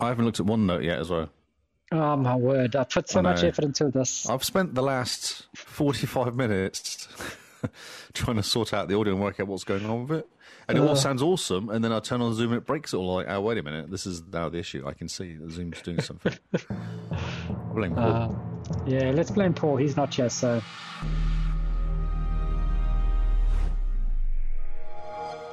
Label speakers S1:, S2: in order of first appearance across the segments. S1: I haven't looked at OneNote yet as well.
S2: Oh my word! I put so
S1: I
S2: much
S1: know.
S2: effort into this.
S1: I've spent the last 45 minutes trying to sort out the audio and work out what's going on with it. And
S3: Uh.
S1: it all sounds awesome. And then I turn on Zoom and it breaks it all. Like, oh, wait a minute. This is now the issue. I can see that Zoom's doing something. Blame Paul.
S2: Uh, yeah, let's blame Paul. He's not here, so.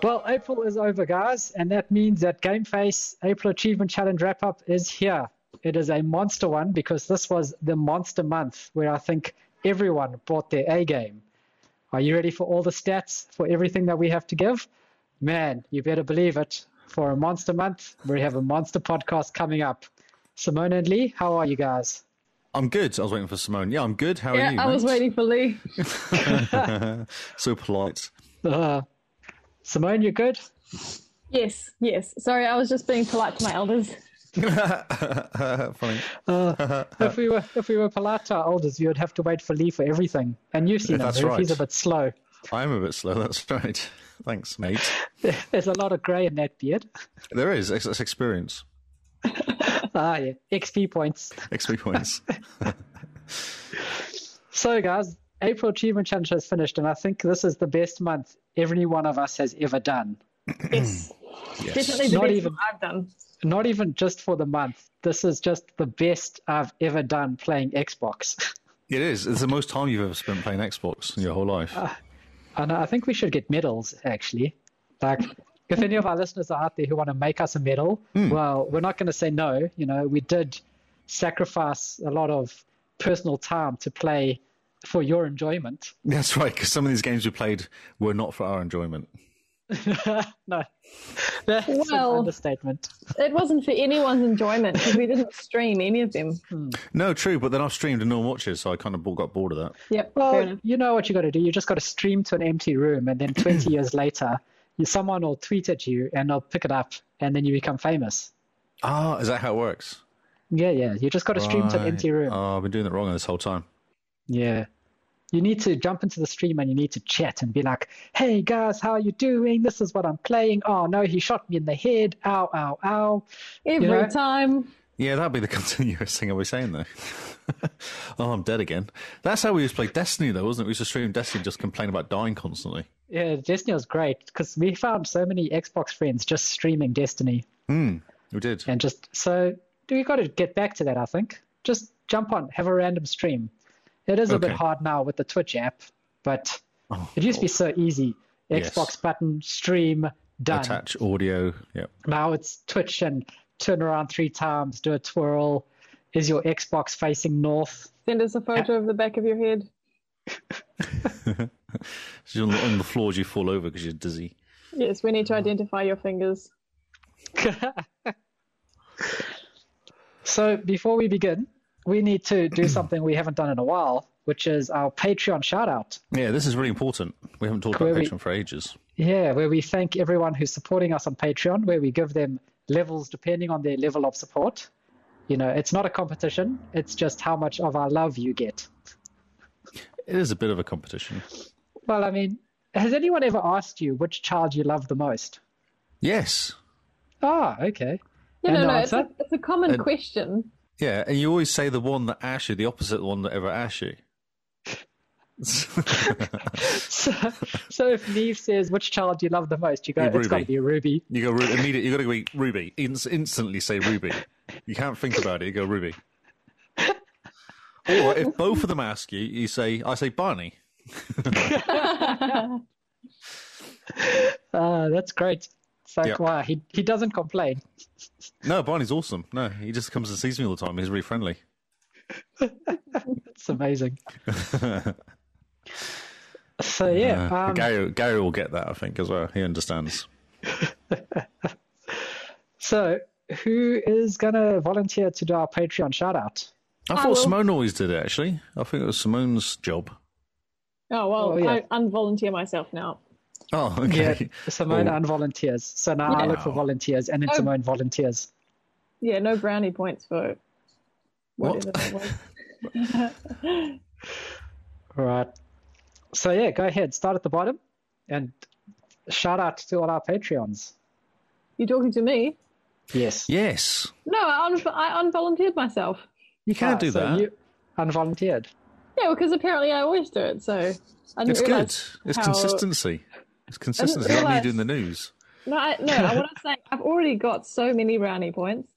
S2: Well, April is over, guys, and that means that Game Face April Achievement Challenge wrap up is here. It is a monster one because this was the monster month where I think everyone brought their A game. Are you ready for all the stats for everything that we have to give? Man, you better believe it. For a monster month, we have a monster podcast coming up. Simone and Lee, how are you guys?
S1: I'm good. I was waiting for Simone. Yeah, I'm good. How
S3: Yeah,
S1: are Oh, you?
S3: I was
S1: mate?
S3: waiting for Lee.
S1: So polite.
S2: Uh, Simone, you good?
S3: Yes, yes. Sorry, I was just being polite to my elders.
S1: Funny.
S2: if we were if we were polite to our elders, you'd have to wait for Lee for everything. And you've seen him;
S1: That's
S2: Hoof, he's a
S1: right.
S2: bit slow.
S1: I am a bit slow. That's right. Thanks, mate.
S2: There's a lot of grey in that beard.
S1: There is. It's, it's experience.
S2: Ah, yeah, XP points.
S1: XP points.
S2: So, guys, April Achievement Challenge has finished, and I think this is the best month every one of us has ever done.
S3: Yes.
S1: Yes.
S3: Definitely the
S2: Not
S3: best
S2: even-
S3: one I've done.
S2: Not even just for the month. This is just the best I've ever done playing Xbox.
S1: It is. It's the most time you've ever spent playing Xbox in your whole life.
S2: Ah. And I think we should get medals, actually. Like, if any of our listeners are out there who want to make us a medal, well, we're not going to say no. You know, we did sacrifice a lot of personal time to play for your enjoyment.
S1: That's right, because some of these games we played were not for our enjoyment.
S2: No, that's an
S3: Well-
S2: understatement.
S3: It wasn't for anyone's enjoyment because we didn't stream any of them.
S1: No, true, but then I've streamed and no one watches, so I kind of bo- got bored of that.
S3: Yep. fair
S2: Well,
S3: enough.
S2: you know what you got to do. You just got to stream to an empty room, and then 20 years later, you, someone will tweet at you and they'll pick it up, and then you become famous.
S1: Ah, is that how it works?
S2: Yeah, yeah. You just got to stream to an
S1: Right.
S2: empty room.
S1: Oh, I've been doing that wrong this whole time.
S2: Yeah. You need to jump into the stream and you need to chat and be like, hey guys, how are you doing? This is what I'm playing. Oh no, he shot me in the head. Ow, ow, ow.
S3: Every
S2: know-
S3: time.
S1: Yeah, that'd be the continuous thing I'll be saying though. oh, I'm dead again. That's how we used to play Destiny though, wasn't it? We used to stream Destiny and just complain about dying constantly.
S2: Yeah, Destiny was great because we found so many Xbox friends just streaming Destiny
S1: We did.
S2: and just so we got to get back to that, I think. Just jump on, have a random stream. It is a bit
S1: Okay. Oh,
S2: hard now with the Twitch app, but it used to be so easy.
S1: Yes.
S2: Xbox button, stream, done.
S1: Attach audio. Yep.
S2: now it's twitch and turn around three times do a twirl is your xbox facing north
S3: Send us a photo of the back of your head.
S1: So you're on the- on the floor as you fall over because you're dizzy.
S3: Yes, we need
S2: Oh.
S3: to identify your fingers.
S2: so before we begin we need to do something we haven't done in a while which is our patreon shout out
S1: Yeah, this is really important. We haven't talked about
S2: Where we-
S1: Patreon for ages.
S2: yeah where we thank everyone who's supporting us on patreon where we give them levels depending on their level of support you know it's not a competition it's just how much of our love you get
S1: It is a bit of a competition.
S2: well i mean has anyone ever asked you which child you love the most
S1: Yes.
S2: ah okay
S3: Yeah,
S2: And
S3: no,
S2: the
S3: no, it's a,
S2: answer?
S3: it's a common question.
S1: Yeah, and you always say the one that asks you, the opposite one that ever asks you.
S2: So, so if Neve says which child do you love the most, you go,
S1: Yeah,
S2: it's got
S1: Ruby.
S2: to be Ruby.
S1: You go Ru- immediate. You got to go eat Ruby. In- instantly say Ruby. You can't think about it. You go Ruby. Or if both of them ask you, you say, "I say Barney."
S2: Uh, that's great. It's like,
S1: Yep.
S2: wow, he, he doesn't complain.
S1: No, Barney's awesome. No, he just comes and sees me all the time. He's really friendly.
S2: It's amazing. so, yeah.
S1: Uh,
S2: um,
S1: Gary, Gary will get that, I think, as well. He understands.
S2: so, who is going to volunteer to do our Patreon shout out?
S1: I
S3: I
S1: thought
S3: will.
S1: Simone always did it. Actually, I think it was Simone's job.
S3: Oh, well,
S2: Oh, yeah.
S3: I unvolunteer myself now.
S1: Oh, okay.
S2: Simone
S1: Oh.
S2: unvolunteers. So now I look for
S1: Wow.
S2: volunteers and then
S3: Oh.
S2: Simone volunteers.
S3: Yeah, no brownie points for
S1: What?
S3: whatever that was.
S2: All right. So, yeah, go ahead. Start at the bottom and shout out to all our Patreons.
S3: You're talking to me?
S2: Yes.
S1: Yes,
S3: No, I, un- I unvolunteered myself.
S1: you can
S2: Ah,
S1: do
S2: so
S1: that.
S2: You unvolunteered.
S3: Yeah, because apparently I always do it, so I didn't
S1: it's good.
S3: realize
S1: It's
S3: how-
S1: consistency. It's consistency. Like me
S3: realise-
S1: doing the news.
S3: No, I, no, I want to say I've already got so many brownie points.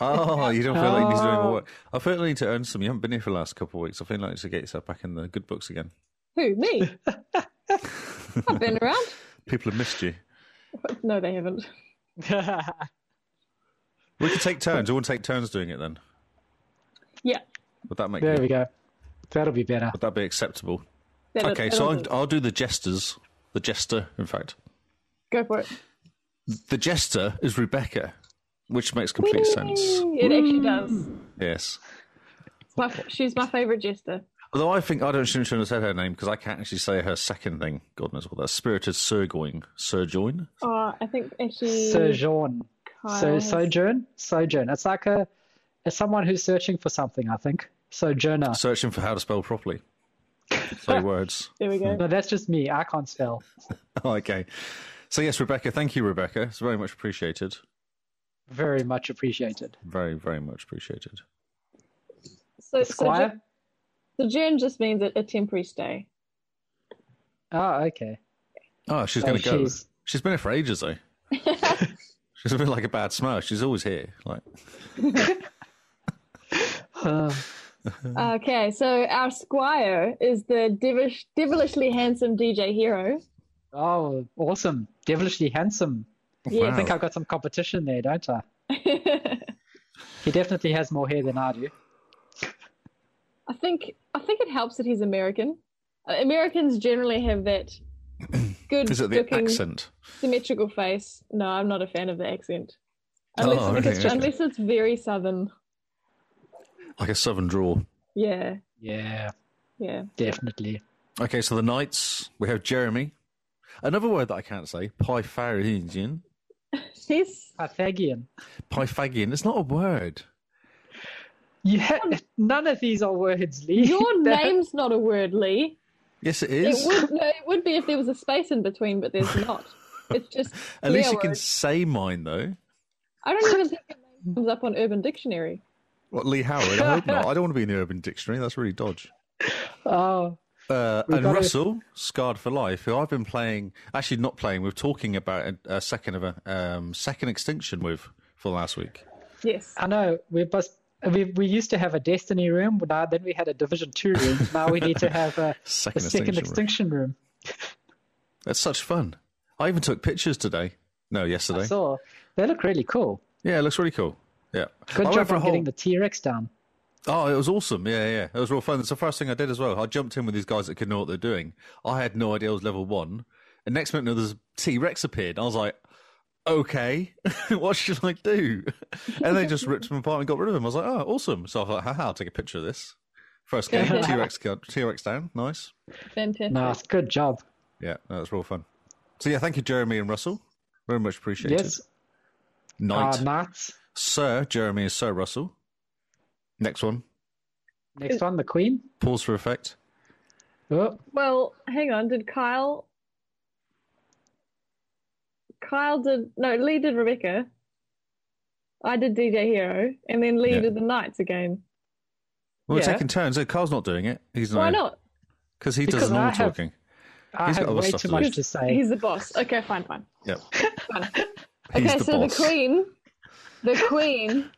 S1: Oh, you don't feel like you need to do any
S2: Oh.
S1: more work. I feel like you need to earn some. You haven't been here for the last couple of weeks. I feel like you need to get yourself back in the good books again.
S3: Who me? I've been around.
S1: People have missed you.
S3: No, they haven't.
S1: We could take turns. Everyone take turns doing it then.
S3: Yeah.
S1: Would that make?
S2: there we go. That'll be better.
S1: Would that be acceptable?
S3: they're not-
S1: Okay,
S3: they're
S1: so
S3: not
S1: I'll,
S3: good.
S1: I'll do the jesters. The jester, in fact.
S3: go for it.
S1: The jester is Rebecca, which makes complete sense.
S3: It actually does.
S1: Yes.
S3: It's my, she's my favorite jester.
S1: Although I think I don't shouldn't shouldn't have said her name because I can't actually say her second thing. God knows what that spirited surgoing, surjoin.
S3: Oh, I think actually.
S2: Sojourn. So
S3: Kyle-
S2: sojourn, sojourn. It's like a, it's someone who's searching for something. I think sojourner.
S1: Searching for how to spell properly. Three words.
S3: There we go.
S2: No, that's just me. I can't spell.
S1: Okay. So yes, Rebecca. Thank you, Rebecca. It's very much appreciated.
S2: Very much appreciated.
S1: Very, very much appreciated.
S3: So, so,
S2: Squire.
S3: sojourn just means a, a temporary stay.
S2: Oh, okay.
S1: Oh, she's
S2: Oh,
S1: going to go.
S2: she's-
S1: She's been here for ages, though. she's been like a bad smash. She's always here. Like,
S2: Uh,
S1: Hmm.
S3: Okay, so our squire is the devilish, devilishly handsome DJ Hero.
S2: oh, awesome. Devilishly handsome. I
S1: wow.
S2: think I've got some competition there, don't I? He definitely has more hair than I do.
S3: I think I think it helps that he's American. Uh, Americans generally have that good
S1: Is it the
S3: looking
S1: accent?
S3: symmetrical face. No, I'm not a fan of the accent.
S1: Oh,
S3: Unless,
S1: okay, okay.
S3: unless it's very southern.
S1: Like a southern drawl.
S3: Yeah,
S2: Yeah,
S3: yeah.
S2: definitely.
S1: Okay, so the knights. We have Jeremy. Another word that I can't say. Pythagorean.
S3: He's
S2: Pythagorean.
S1: Pythagorean. It's not a word.
S2: Yeah, none of these are words, Lee.
S3: your
S2: That-
S3: name's not a word, Lee.
S1: Yes, it
S3: It
S1: is.
S3: would no, it would be if there was a space in between, but there's not. It's just
S1: At least
S3: Leo
S1: you can
S3: words.
S1: say mine though.
S3: I don't even think your name comes up on Urban Dictionary.
S1: What Lee Howard? I hope not. I don't want to be in the Urban Dictionary. That's really dodge.
S2: Oh,
S1: Uh, and
S2: gotta-
S1: Russell, scarred for life, who I've been playing, actually not playing, we're talking about a, a second of a um, second extinction with for last week.
S3: Yes.
S2: I know. We must. We, we used to have a Destiny room, but now then we had a Division Two room. Now we need to have a, a
S1: Second
S2: second extinction room.
S1: room. That's such fun. I even took pictures today. No, yesterday.
S2: So they look really cool.
S1: Yeah, it looks really cool. Yeah. I
S2: Good
S1: went
S2: job
S1: for a
S2: on
S1: whole-
S2: getting the T Rex down.
S1: Oh, it was awesome. Yeah, yeah. It was real fun. It's the first thing I did as well. I jumped in with these guys that could know what they're doing. I had no idea I was level one. And next minute, there's T Rex appeared. I was like, okay, what should I do? And they just ripped him apart and got rid of him. I was like, oh, awesome. So I thought, haha, I'll take a picture of this. First game, T Rex T Rex down. Nice.
S3: Fantastic.
S2: Nice, good job.
S1: Yeah, no, that's real fun. So yeah, thank you, Jeremy and Russell. Very much appreciated.
S2: Yes,
S1: Knight.
S2: uh, knights.
S1: Sir Jeremy and Sir Russell. Next one.
S2: Next one, the Queen.
S1: Pause for effect.
S2: Oh,
S3: Well, hang on. Did Kyle? Kyle did no. Lee did Rebecca. I did DJ Hero, and then Lee
S1: Yeah.
S3: did the Knights again.
S1: Well, we're
S2: Yeah.
S1: taking turns. Uh, Carl's not doing it. He's
S3: Why
S1: not.
S3: not?
S1: Because he
S2: Because
S1: does all
S2: I
S1: the
S2: have-
S1: talking.
S2: I
S1: He's got
S2: have
S1: other
S2: way
S1: stuff
S2: too
S1: to
S2: much
S1: do.
S2: to say.
S3: He's the boss. Okay, fine, fine.
S1: Yep.
S3: Okay,
S1: He's the
S3: so
S1: boss.
S3: the Queen, the Queen,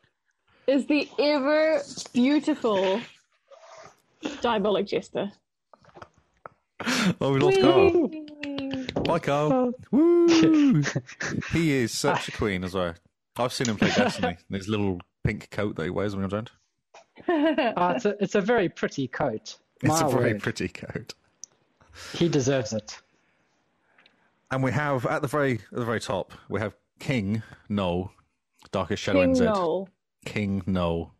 S3: is the ever beautiful diabolic jester.
S1: Oh, we lost Carl. Bye, Carl. Woo! he is such a queen as well. I've seen him play Destiny. in His little pink coat that he wears when he around.
S2: Uh, it's, a, it's a very pretty coat.
S1: It's
S2: My
S1: a very
S2: word.
S1: pretty coat.
S2: He deserves it.
S1: And we have at the very at the very top we have King No, Darkest Shadow
S3: King
S1: NZ.
S3: Noel.
S1: King No.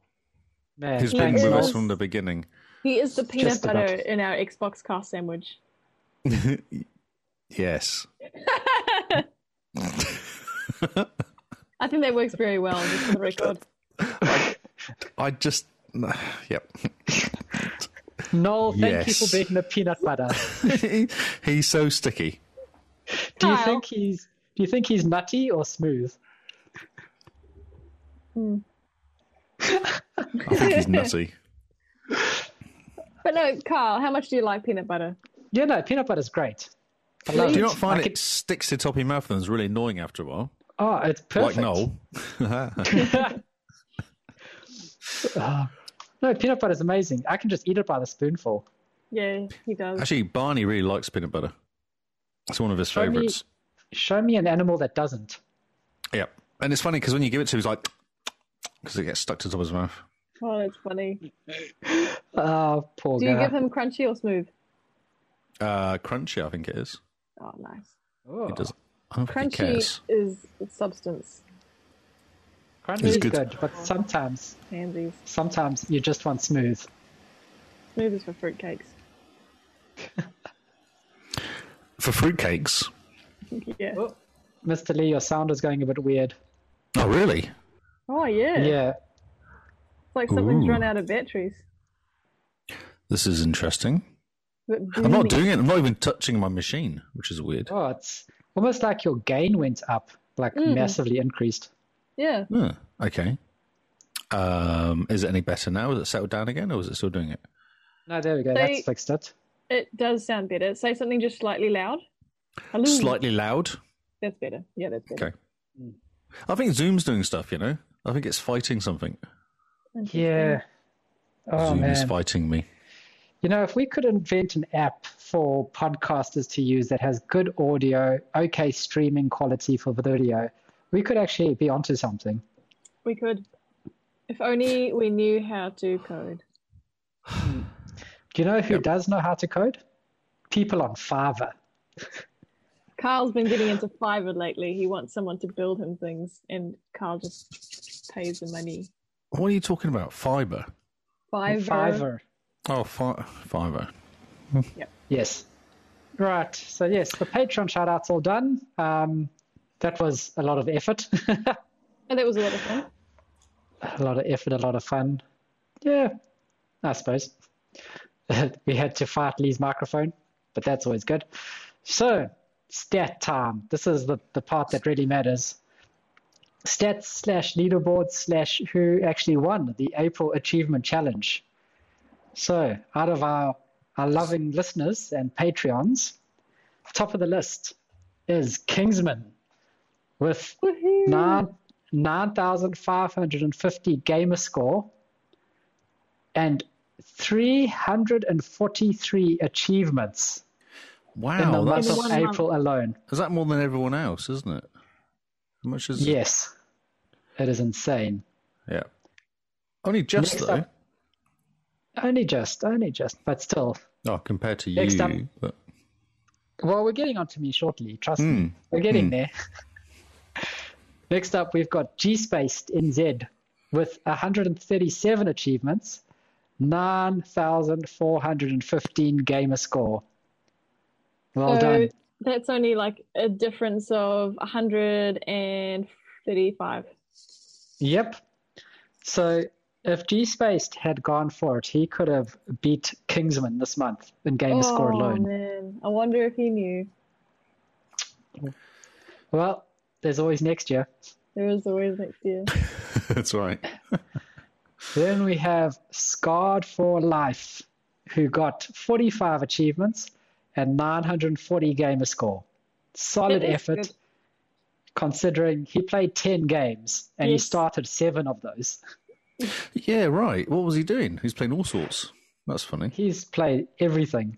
S2: Man,
S1: He's been
S2: thanks,
S1: with us
S2: Noel.
S1: from the beginning.
S3: He is the peanut
S2: Just about.
S3: butter in our Xbox car sandwich.
S1: Yes.
S3: I think that works very well, just for the record.
S1: I just. Yep.
S2: Noel, thank you
S1: Yes.
S2: for being the peanut butter.
S1: He's so sticky.
S2: Do you
S3: Kyle.
S2: think he's do you think he's nutty or smooth?
S1: I think he's nutty.
S3: But no, Carl, how much do you like peanut butter?
S2: Yeah, no, peanut butter is great. I
S1: Do
S2: love
S1: you
S2: it.
S1: not find
S2: I
S1: it sticks to the top of your mouth and is really annoying after a while?
S2: Oh, it's
S1: Like
S2: perfect.
S1: Noel.
S2: Ah. no, peanut butter is amazing. I can just eat it by the spoonful.
S3: Yeah, he does.
S1: Actually, Barney really likes peanut butter. It's one of his
S2: Barney-
S1: favourites.
S2: Show me an animal that doesn't.
S1: Yeah. And it's funny because when you give it to him, he's like, because it gets stuck to the top of his mouth.
S3: oh, that's funny.
S2: Oh, poor
S3: Do you
S2: guy.
S3: give him crunchy or smooth?
S1: Uh, crunchy, I think it is.
S3: Oh, nice.
S2: Oh,
S1: It does. I don't think he
S3: Crunchy
S1: cares.
S3: is substance.
S2: crunchy
S1: It's
S2: is
S1: good.
S2: good. but sometimes,
S3: Pansies.
S2: sometimes you just want smooth.
S3: Smooth is for fruitcakes.
S1: For fruitcakes.
S3: Yeah.
S2: Oh, Mr. Lee, your sound is going a bit weird.
S1: Oh, really?
S3: Oh, yeah.
S2: Yeah.
S3: It's like something's
S1: Ooh.
S3: run out of batteries.
S1: This is interesting.
S3: But
S1: I'm
S2: Mm.
S1: not doing it. I'm not even touching my machine, which is weird.
S2: Oh, it's almost like your gain went up, like
S3: Mm.
S2: massively increased.
S3: Yeah.
S1: Huh, okay. Um, is it any better now? Is it settled down again, or is it still doing it?
S2: No, there we go.
S3: They-
S2: That's fixed it.
S3: It does sound better. Say something just slightly loud. Hello.
S2: Mm.
S1: Slightly loud.
S3: That's better. Yeah, that's better.
S1: Okay. I think Zoom's doing stuff. You know, I think it's fighting something.
S2: Yeah. Oh,
S1: Zoom is
S2: man.
S1: fighting me.
S2: You know, if we could invent an app for podcasters to use that has good audio, okay streaming quality for video, we could actually be onto something.
S3: We could. If only we knew how to code.
S2: Do you know who does know how to code? People on Fiverr.
S3: Carl's been getting into Fiverr lately. He wants someone to build him things, and Carl just pays the money.
S1: What are you talking about? Fiber.
S3: Fiverr.
S2: Fiverr.
S1: Oh, fi- fiber.
S2: Yes. Right. So yes, the Patreon shout outs all done. Um, that was a lot of effort. a
S3: And Oh, that was a lot of fun.
S2: lot of effort, a lot of fun. Yeah, I suppose. we had to fight Lee's microphone, but that's always good. So, stat time. This is the, the part that really matters. Stats slash leaderboard slash who actually won the April Achievement Challenge. So, out of our, our loving listeners and Patreons, top of the list is Kingsman with nine nine 9,550 gamer score and 343 achievements in
S1: Wow,
S2: the
S1: that's
S2: month of
S3: one month.
S2: April alone.
S1: is that more than everyone else, isn't it? How much is it?
S2: Yes, it is insane.
S1: Yeah. Only just
S2: Next
S1: though.
S2: up- Only just, only just, but still.
S1: oh, compared to
S2: Next up-
S1: you. but-
S2: Well, we're getting onto me shortly. Trust me, we're getting there. Next up, we've got G Spaced NZ with 137 achievements, 9,415 gamer score. Well
S3: so
S2: done.
S3: that's only like a difference of 135.
S2: Yep. So if G Spaced had gone for it, he could have beat Kingsman this month in gamer score
S3: Oh.
S2: alone.
S3: man. I wonder if he knew.
S2: Well, there's always next year.
S3: There is always next year.
S1: that's right.
S2: Then we have Scarred for Life, who got 45 achievements and 940 gamer score. Solid
S3: That is
S2: effort,
S3: good.
S2: considering he played 10 games and he
S3: Yes.
S2: started seven of those.
S1: Yeah, right. What was he doing? He's playing all sorts. That's funny.
S2: He's played everything.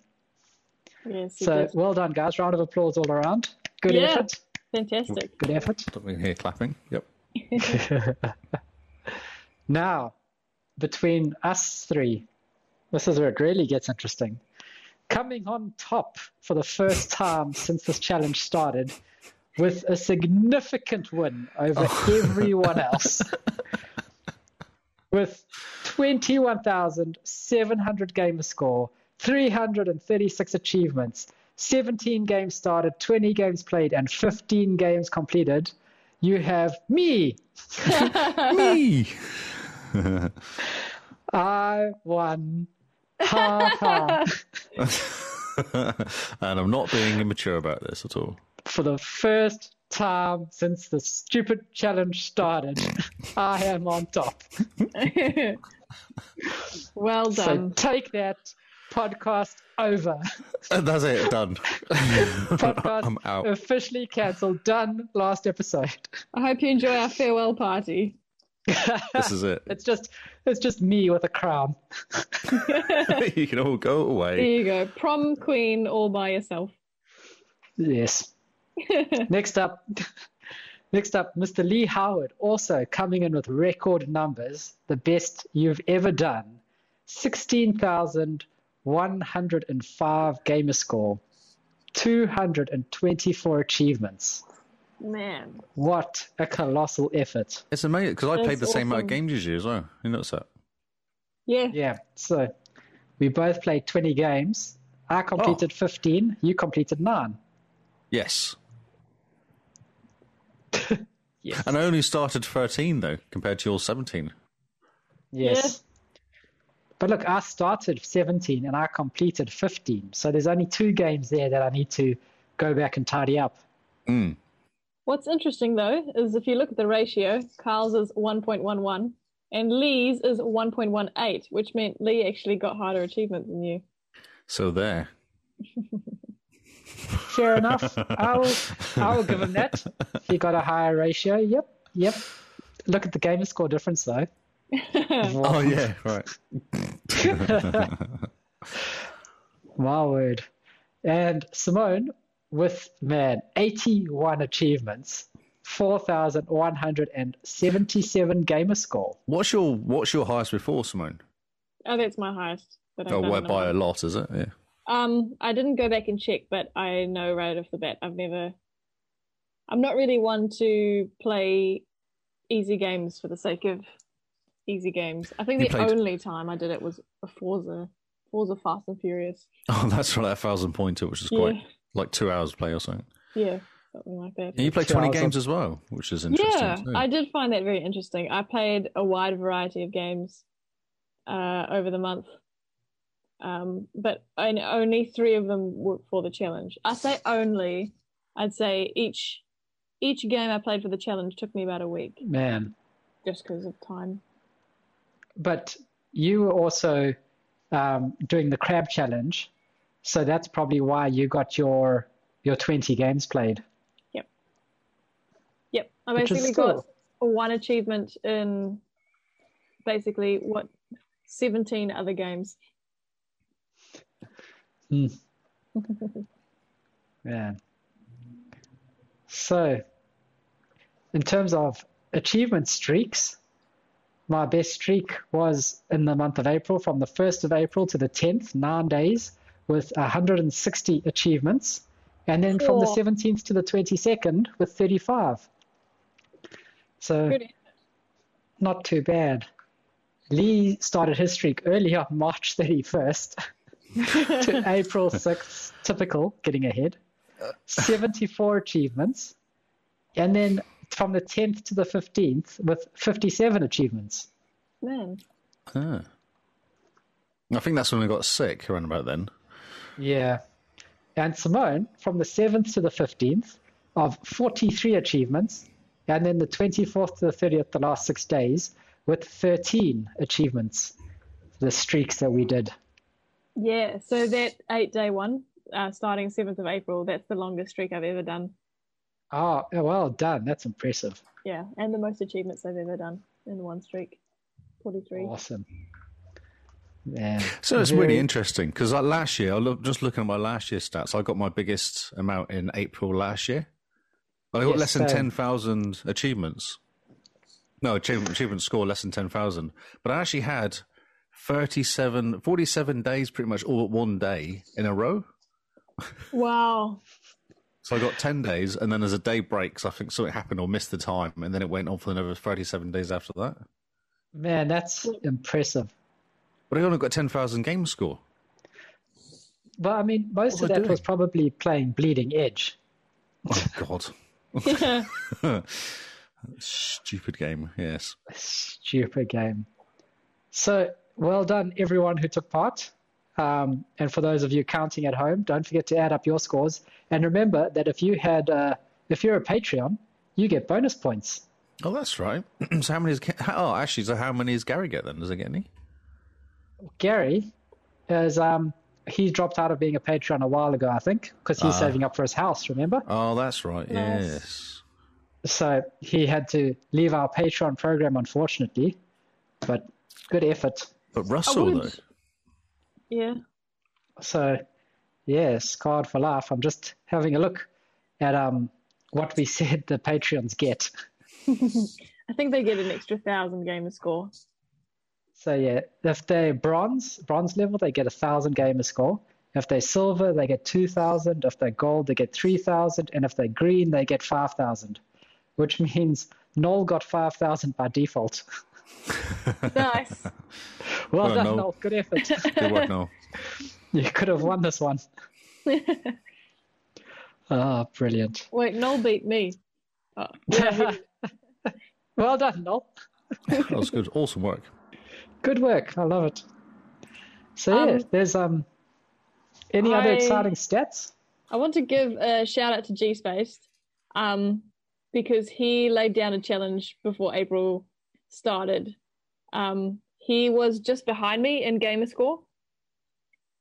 S3: Yes. he
S2: So
S3: did.
S2: well done, guys. Round of applause all around. Good
S3: Yeah.
S2: effort.
S3: fantastic.
S2: Good effort.
S1: Don't we hear clapping? Yep.
S2: Now, between us three, this is where it really gets interesting. Coming on top for the first time since this challenge started, with a significant win over everyone else, with 21,700 gamer score, 336 achievements, 17 games started, 20 games played, and 15 games completed. You have me,
S1: Me.
S2: I won. Ha ha.
S1: and I'm not being immature about this at all.
S2: For the first time since the stupid challenge started. I am on top.
S3: well
S2: So
S3: done.
S2: take that podcast over.
S1: That's it. Done.
S2: Podcast
S1: I'm out.
S2: officially cancelled. Done. Last episode.
S3: I hope you enjoy our farewell party.
S1: This is it.
S2: It's just it's just me with a crown.
S1: you can all go
S3: There
S1: away.
S3: you go. Prom queen all by yourself.
S2: Yes. next up, next up, Mr. Lee Howard also coming in with record numbers, the best you've ever done, sixteen thousand one hundred and five gamer score, two hundred and twenty-four achievements.
S3: Man.
S2: What a colossal effort!
S1: It's amazing because I
S3: That's
S1: played the same amount
S3: awesome.
S1: of games as you as well. You notice that?
S3: Yeah.
S2: Yeah, so we both played twenty games. I completed fifteen. You completed nine.
S1: Yes.
S2: Yes.
S1: And I only started 13 though, compared to your 17.
S2: Yes. But look, I started 17 and I completed 15. So there's only two games there that I need to go back and tidy up.
S1: Mm.
S3: What's interesting though is if you look at the ratio, Kyle's is 1.11 and Lee's is 1.18, which meant Lee actually got harder achievement than you.
S1: So there.
S2: Fair enough. I'll, I'll give him that. He got a higher ratio. Yep. Yep. Look at the gamer score difference though.
S1: Oh yeah, right.
S2: My word. And Simone with, man, 81 achievements, 4,177 gamer score.
S1: What's your What's your highest before Simone?
S3: Oh, that's my highest. That I've
S1: Oh,
S3: done
S1: well,
S3: in a
S1: by a
S3: while.
S1: lot, is it? Yeah.
S3: Um, I didn't go back and check, but I know right off the bat I've never. I'm not really one to play easy games for the sake of easy games. I think
S1: You
S3: the
S1: played-
S3: only time I did it was a Forza, Forza Fast and Furious.
S1: Oh, that's right. That thousand pointer, which is quite
S3: Yeah.
S1: like two hours play or something.
S3: Yeah, something like that.
S1: And you play
S2: Two
S1: twenty
S2: hours
S1: games as well, which is interesting.
S3: Yeah,
S1: too.
S3: I did find that very interesting. I played a wide variety of games uh, over the month, um, but and only three of them were for the challenge. I say only. I'd say each each game I played for the challenge took me about a week,
S2: Man.
S3: just because of time.
S2: but you were also um, doing the crab challenge, so that's probably why you got your your twenty games played.
S3: Yep, I
S2: Which is
S3: basically got
S2: cool.
S3: one achievement in basically what seventeen other games.
S2: Hmm. Yeah. So, in terms of achievement streaks, my best streak was in the month of April, from the 1st of April to the 10th, nine days, with 160 achievements. And then from the
S3: Cool.
S2: 17th to the 22nd, with 35. So,
S3: Good.
S2: not too bad. Lee started his streak early on March 31st to April 6th, typical, getting ahead. 74 achievements. And then from the 10th to the 15th with 57 achievements.
S3: Man,
S1: Ah. I think that's when I got sick around about then.
S2: Yeah. And Simone from the 7th to the 15th of 43 achievements. And then the 24th to the 30th, the last six days, with 13 achievements. The streaks that we did.
S3: Yeah, so that eight day one, uh, starting 7th of April, that's the longest streak I've ever done.
S2: Oh, well done. That's impressive.
S3: Yeah, and the most achievements I've ever done in one streak 43.
S2: Awesome. Yeah.
S1: So it's
S2: Very-
S1: really interesting because like last year, I look, just looking at my last year's stats, I got my biggest amount in April last year. I got
S2: Yes,
S1: less than
S2: same.
S1: 10,000 achievements. No, achievement, achievement score less than 10,000. But I actually had 37, 47 days pretty much all at one day in a row.
S3: Wow.
S1: So I got 10 days and then there's a day break. So I think something happened or missed the time. And then it went on for another 37 days after that.
S2: Man, that's impressive.
S1: But I only got 10,000 game score.
S2: But I mean, most
S1: What
S2: of
S1: am I
S2: that
S1: doing?
S2: was probably playing Bleeding Edge.
S1: Oh, God.
S3: Yeah.
S1: Stupid game. Yes.
S2: Stupid game. So well done, everyone who took part. Um, and for those of you counting at home, don't forget to add up your scores. And remember that if you had uh, if you're a Patreon, you get bonus points.
S1: Oh, that's right. so how many is? Ca- Oh, actually, so how many does Gary get then? Does he get any?
S2: Gary is um he dropped out of being a Patreon a while ago, I think, because he's saving up for his house. Remember?
S1: Oh, that's right.
S3: Nice.
S1: Yes.
S2: So he had to leave our Patreon program, unfortunately. But good effort.
S1: But Russell though.
S3: wouldn't- Yeah.
S2: So, yes, card for life. I'm just having a look at um what we said the Patreons get.
S3: I think they get an extra thousand gamer score.
S2: So yeah, if they're bronze, bronze level, they get a thousand gamer score. If they're silver, they get two thousand. If they're gold, they get three thousand, and if they're green, they get five thousand. Which means Noel got five thousand by default.
S3: Nice.
S2: Well
S1: Well,
S2: done,
S1: Noel.
S2: Noel. Good effort.
S1: Good work, Noel.
S2: you could have won this one. Ah, brilliant.
S3: Wait, Noel beat me. Oh,
S2: well done, Noel.
S1: That was good. Awesome work.
S2: Good work. I love it. So yeah,
S3: Um,
S2: there's um any other
S3: I-
S2: exciting stats?
S3: I want to give a shout out to G Space, um, because he laid down a challenge before April started. Um, he was just behind me in gamer score,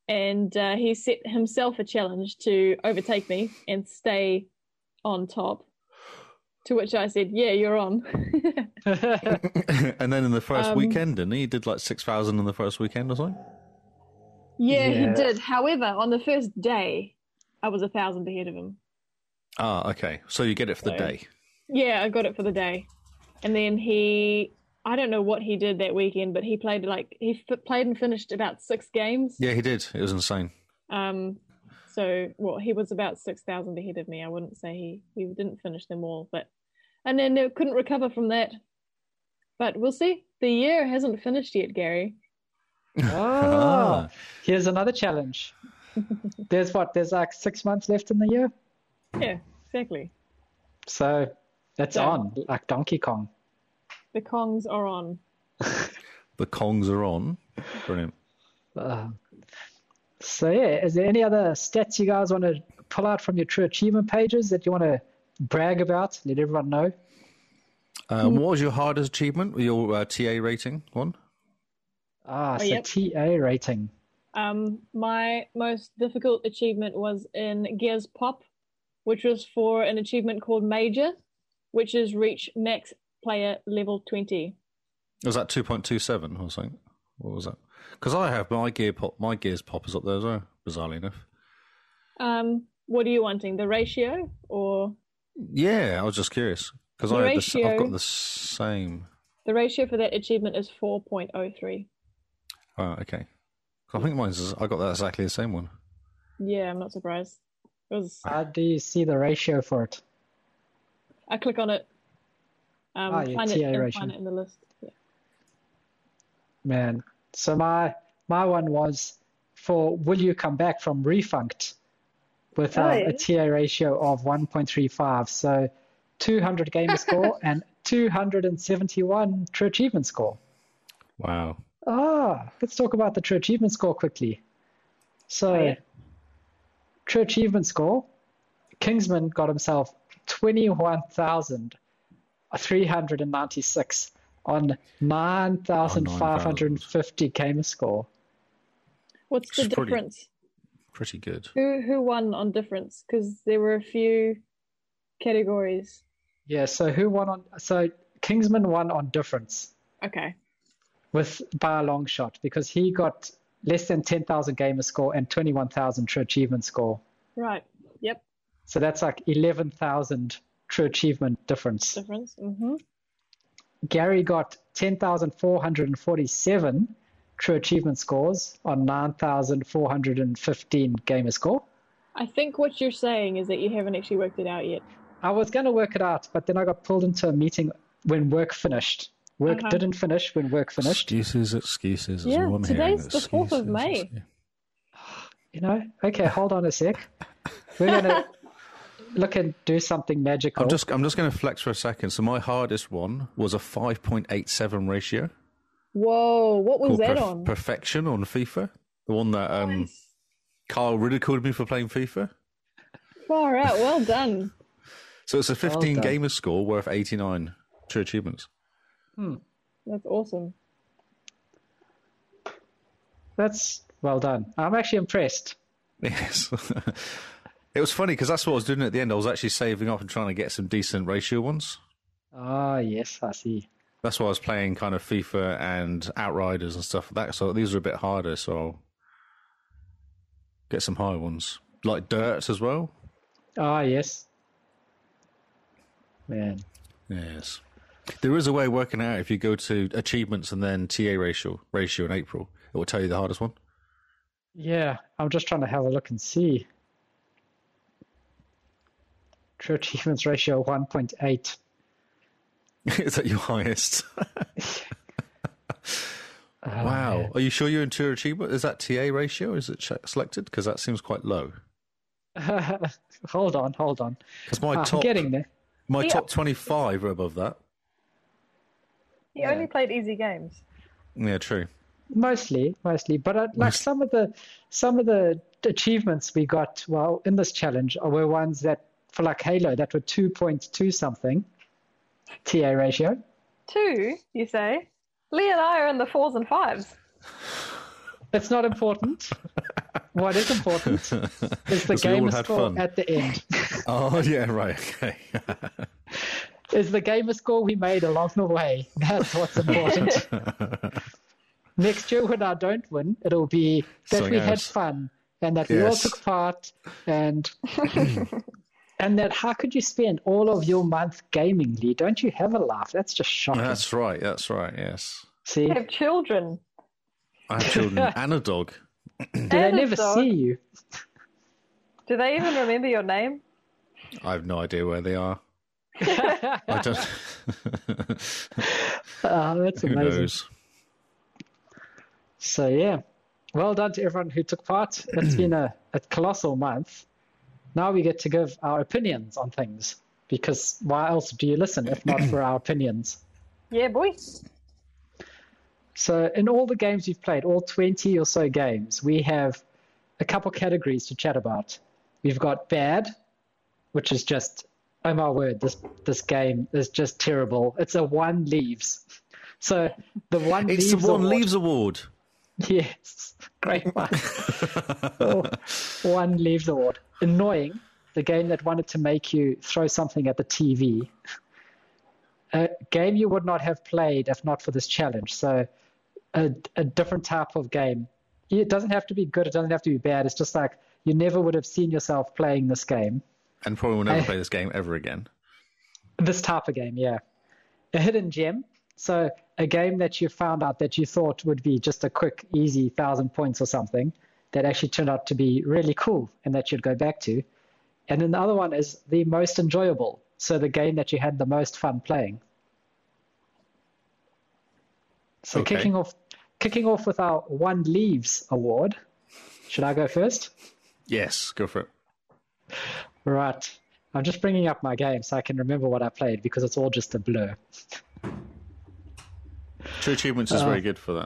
S3: and uh, he set himself a challenge to overtake me and stay on top. To which I said, "Yeah, you're on."
S1: and then in the first
S3: Um,
S1: weekend, didn't he? He did like six thousand in the first weekend or something.
S3: yeah, he
S2: Yeah.
S3: did. However, on the first day, I was a thousand ahead of him.
S1: Ah, okay. So you get it for the
S3: So-
S1: day.
S3: Yeah, I got it for the day. And then he, I don't know what he did that weekend, but he played like he f- played and finished about six games.
S1: Yeah, he did. It was insane.
S3: Um, so well, he was about six thousand ahead of me. I wouldn't say he he didn't finish them all, but and then they couldn't recover from that. But we'll see. The year hasn't finished yet, Gary.
S2: Oh, here's another challenge. there's what? There's like six months left in the year,
S3: Yeah, exactly.
S2: so it's
S3: Yeah.
S2: on like Donkey Kong.
S3: The Kongs are on.
S1: The Kongs are on. Brilliant.
S2: Um, so yeah, is there any other stats you guys want to pull out from your True Achievement pages that you want to brag about? Let everyone know.
S1: Uh,
S3: Hmm.
S1: What was your hardest achievement? Your uh, TA rating one?
S2: Ah,
S3: Oh,
S2: so
S3: yep.
S2: TA rating.
S3: Um, my most difficult achievement was in Gears Pop, which was for an achievement called Major, which is reach max player level 20.
S1: Was that two point two seven or something? What was that? Because I have my gear pop. My gears pop is up there as well. Bizarrely enough.
S3: Um, what are you wanting? The ratio or
S1: Yeah, I was just curious because
S3: The
S1: I had the, I've
S3: ratio-
S1: got the same.
S3: the ratio for that achievement is 4.03.
S1: Oh, okay. 'Cause I think mine's. I got that exactly the same one.
S3: Yeah, I'm not surprised. It was
S2: How do you see the ratio for it?
S3: I click on it. Um,
S2: Ah, yeah,
S3: find, it
S2: TA
S3: and
S2: ratio.
S3: find it in the list. Yeah.
S2: Man, so my my one was for Will You Come Back from Refunct with uh,
S3: Oh, yeah.
S2: a TA ratio of 1.35. So 200 gamer score and 271 true achievement score.
S1: Wow.
S2: Ah, let's talk about the true achievement score quickly. So,
S3: Oh, yeah.
S2: true achievement score, Kingsman got himself 21,396 on 9,550 gamer score.
S3: What's the
S1: It's pretty-
S3: difference?
S1: Pretty good.
S3: Who who won on difference? Because there were a few categories.
S2: Yeah, so who won on? So Kingsman won on difference
S3: Okay.
S2: with by a long shot because he got less than 10,000 gamer score and 21,000 true achievement score.
S3: Right. Yep.
S2: So that's like 11,000 true achievement difference.
S3: Difference. hmm
S2: Gary got 10,447 true achievement scores on 9,415 gamer score.
S3: I think what you're saying is that you haven't actually worked it out yet.
S2: I was going to work it out, but then I got pulled into a meeting when work finished. Work
S3: Uh-huh.
S2: didn't finish when work finished.
S1: Excuses, excuses.
S3: Yeah, today's the 4th of May.
S2: You know, okay, hold on a sec. We're going to look and do something magical.
S1: I'm just, I'm just going to flex for a second. So my hardest one was a 5.87 ratio
S3: Whoa! What was
S1: called
S3: that
S1: Perf-
S3: on?
S1: Perfection on FIFA. The one that um,
S3: Nice.
S1: Carl ridiculed me for playing FIFA.
S3: Far out. Well done.
S1: So it's a 15
S2: done.
S1: gamer score worth 89 true achievements.
S3: That's awesome.
S2: That's well done. I'm actually impressed.
S1: Yes. it was funny because that's what I was doing at the end. I was actually saving up and trying to get some decent ratio ones.
S2: Ah, yes, I see.
S1: That's why I was playing kind of FIFA and Outriders and stuff like that. So these are a bit harder. So I'll get some high ones. Like Dirts as well.
S2: Ah, yes. Man.
S1: Yes. There is a way of working it out if you go to achievements and then TA ratio ratio in April. It will tell you the hardest one.
S2: Yeah, I'm just trying to have a look and see. True achievements ratio 1.8.
S1: Is that your highest?
S2: Oh,
S1: wow. Are you sure you're in tier achievement? Is that TA ratio? Is it che- selected? Because that seems quite low.
S2: hold on, hold on.
S1: Because my
S2: Ah, I'm
S1: top
S2: getting there.
S1: my
S3: Yeah.
S1: top twenty five are above that.
S3: He only played easy games.
S1: Yeah, true.
S2: Mostly, mostly, but uh, like some of the some of the achievements we got well in this challenge were ones that for like Halo that were 2.2 something TA ratio.
S3: Two, you say? Lee and I are in the fours and fives.
S2: It's not important. what is important is the
S1: we all
S2: gamer
S1: had
S2: score
S1: fun.
S2: at the end.
S1: Oh yeah, right. Okay.
S2: is the gamer score we made along the way. That's what's important. Next year, when I don't win, it'll be that
S1: Something
S2: we had
S1: else.
S2: fun and that we all
S1: Yes.
S2: took part and and that how could you spend all of your month gaming, Lee? Don't you have a laugh? That's just shocking.
S1: that's right. That's right. Yes.
S2: See,
S3: We have children.
S1: I have children and a dog.
S2: do they
S3: And a
S2: never
S3: dog.
S2: see you?
S3: Do they even remember your name?
S1: I have no idea where they are. I don't.
S2: Oh, that's
S1: Who
S2: amazing.
S1: knows?
S2: So yeah, well done to everyone who took part. It's been a, a colossal month. Now we get to give our opinions on things because why else do you listen if not for our opinions?
S3: Yeah, boy.
S2: So in all the games we've played, all 20 or so games, we have a couple categories to chat about. We've got bad, which is just oh my word, this this game is just terrible. It's a one leaves. So the one
S1: It's the
S2: leaves
S1: one
S2: award-
S1: leaves award.
S2: Yes, great one. Oh, one leaves award. Annoying, the game that wanted to make you throw something at the TV. A game you would not have played if not for this challenge. So, a, a different type of game. It doesn't have to be good. It doesn't have to be bad. It's just like you never would have seen yourself playing this game.
S1: And probably will never play this game ever again.
S2: This type of game, yeah. A hidden gem. So a game that you found out that you thought would be just a quick, easy thousand points or something that actually turned out to be really cool and that you'd go back to. And then the other one is the most enjoyable. So the game that you had the most fun playing. So
S1: Okay.
S2: kicking off kicking off with our one leaves award. Should I go first?
S1: Yes, go for it.
S2: Right. I'm just bringing up my game so I can remember what I played because it's all just a blur.
S1: True achievements is very good for that.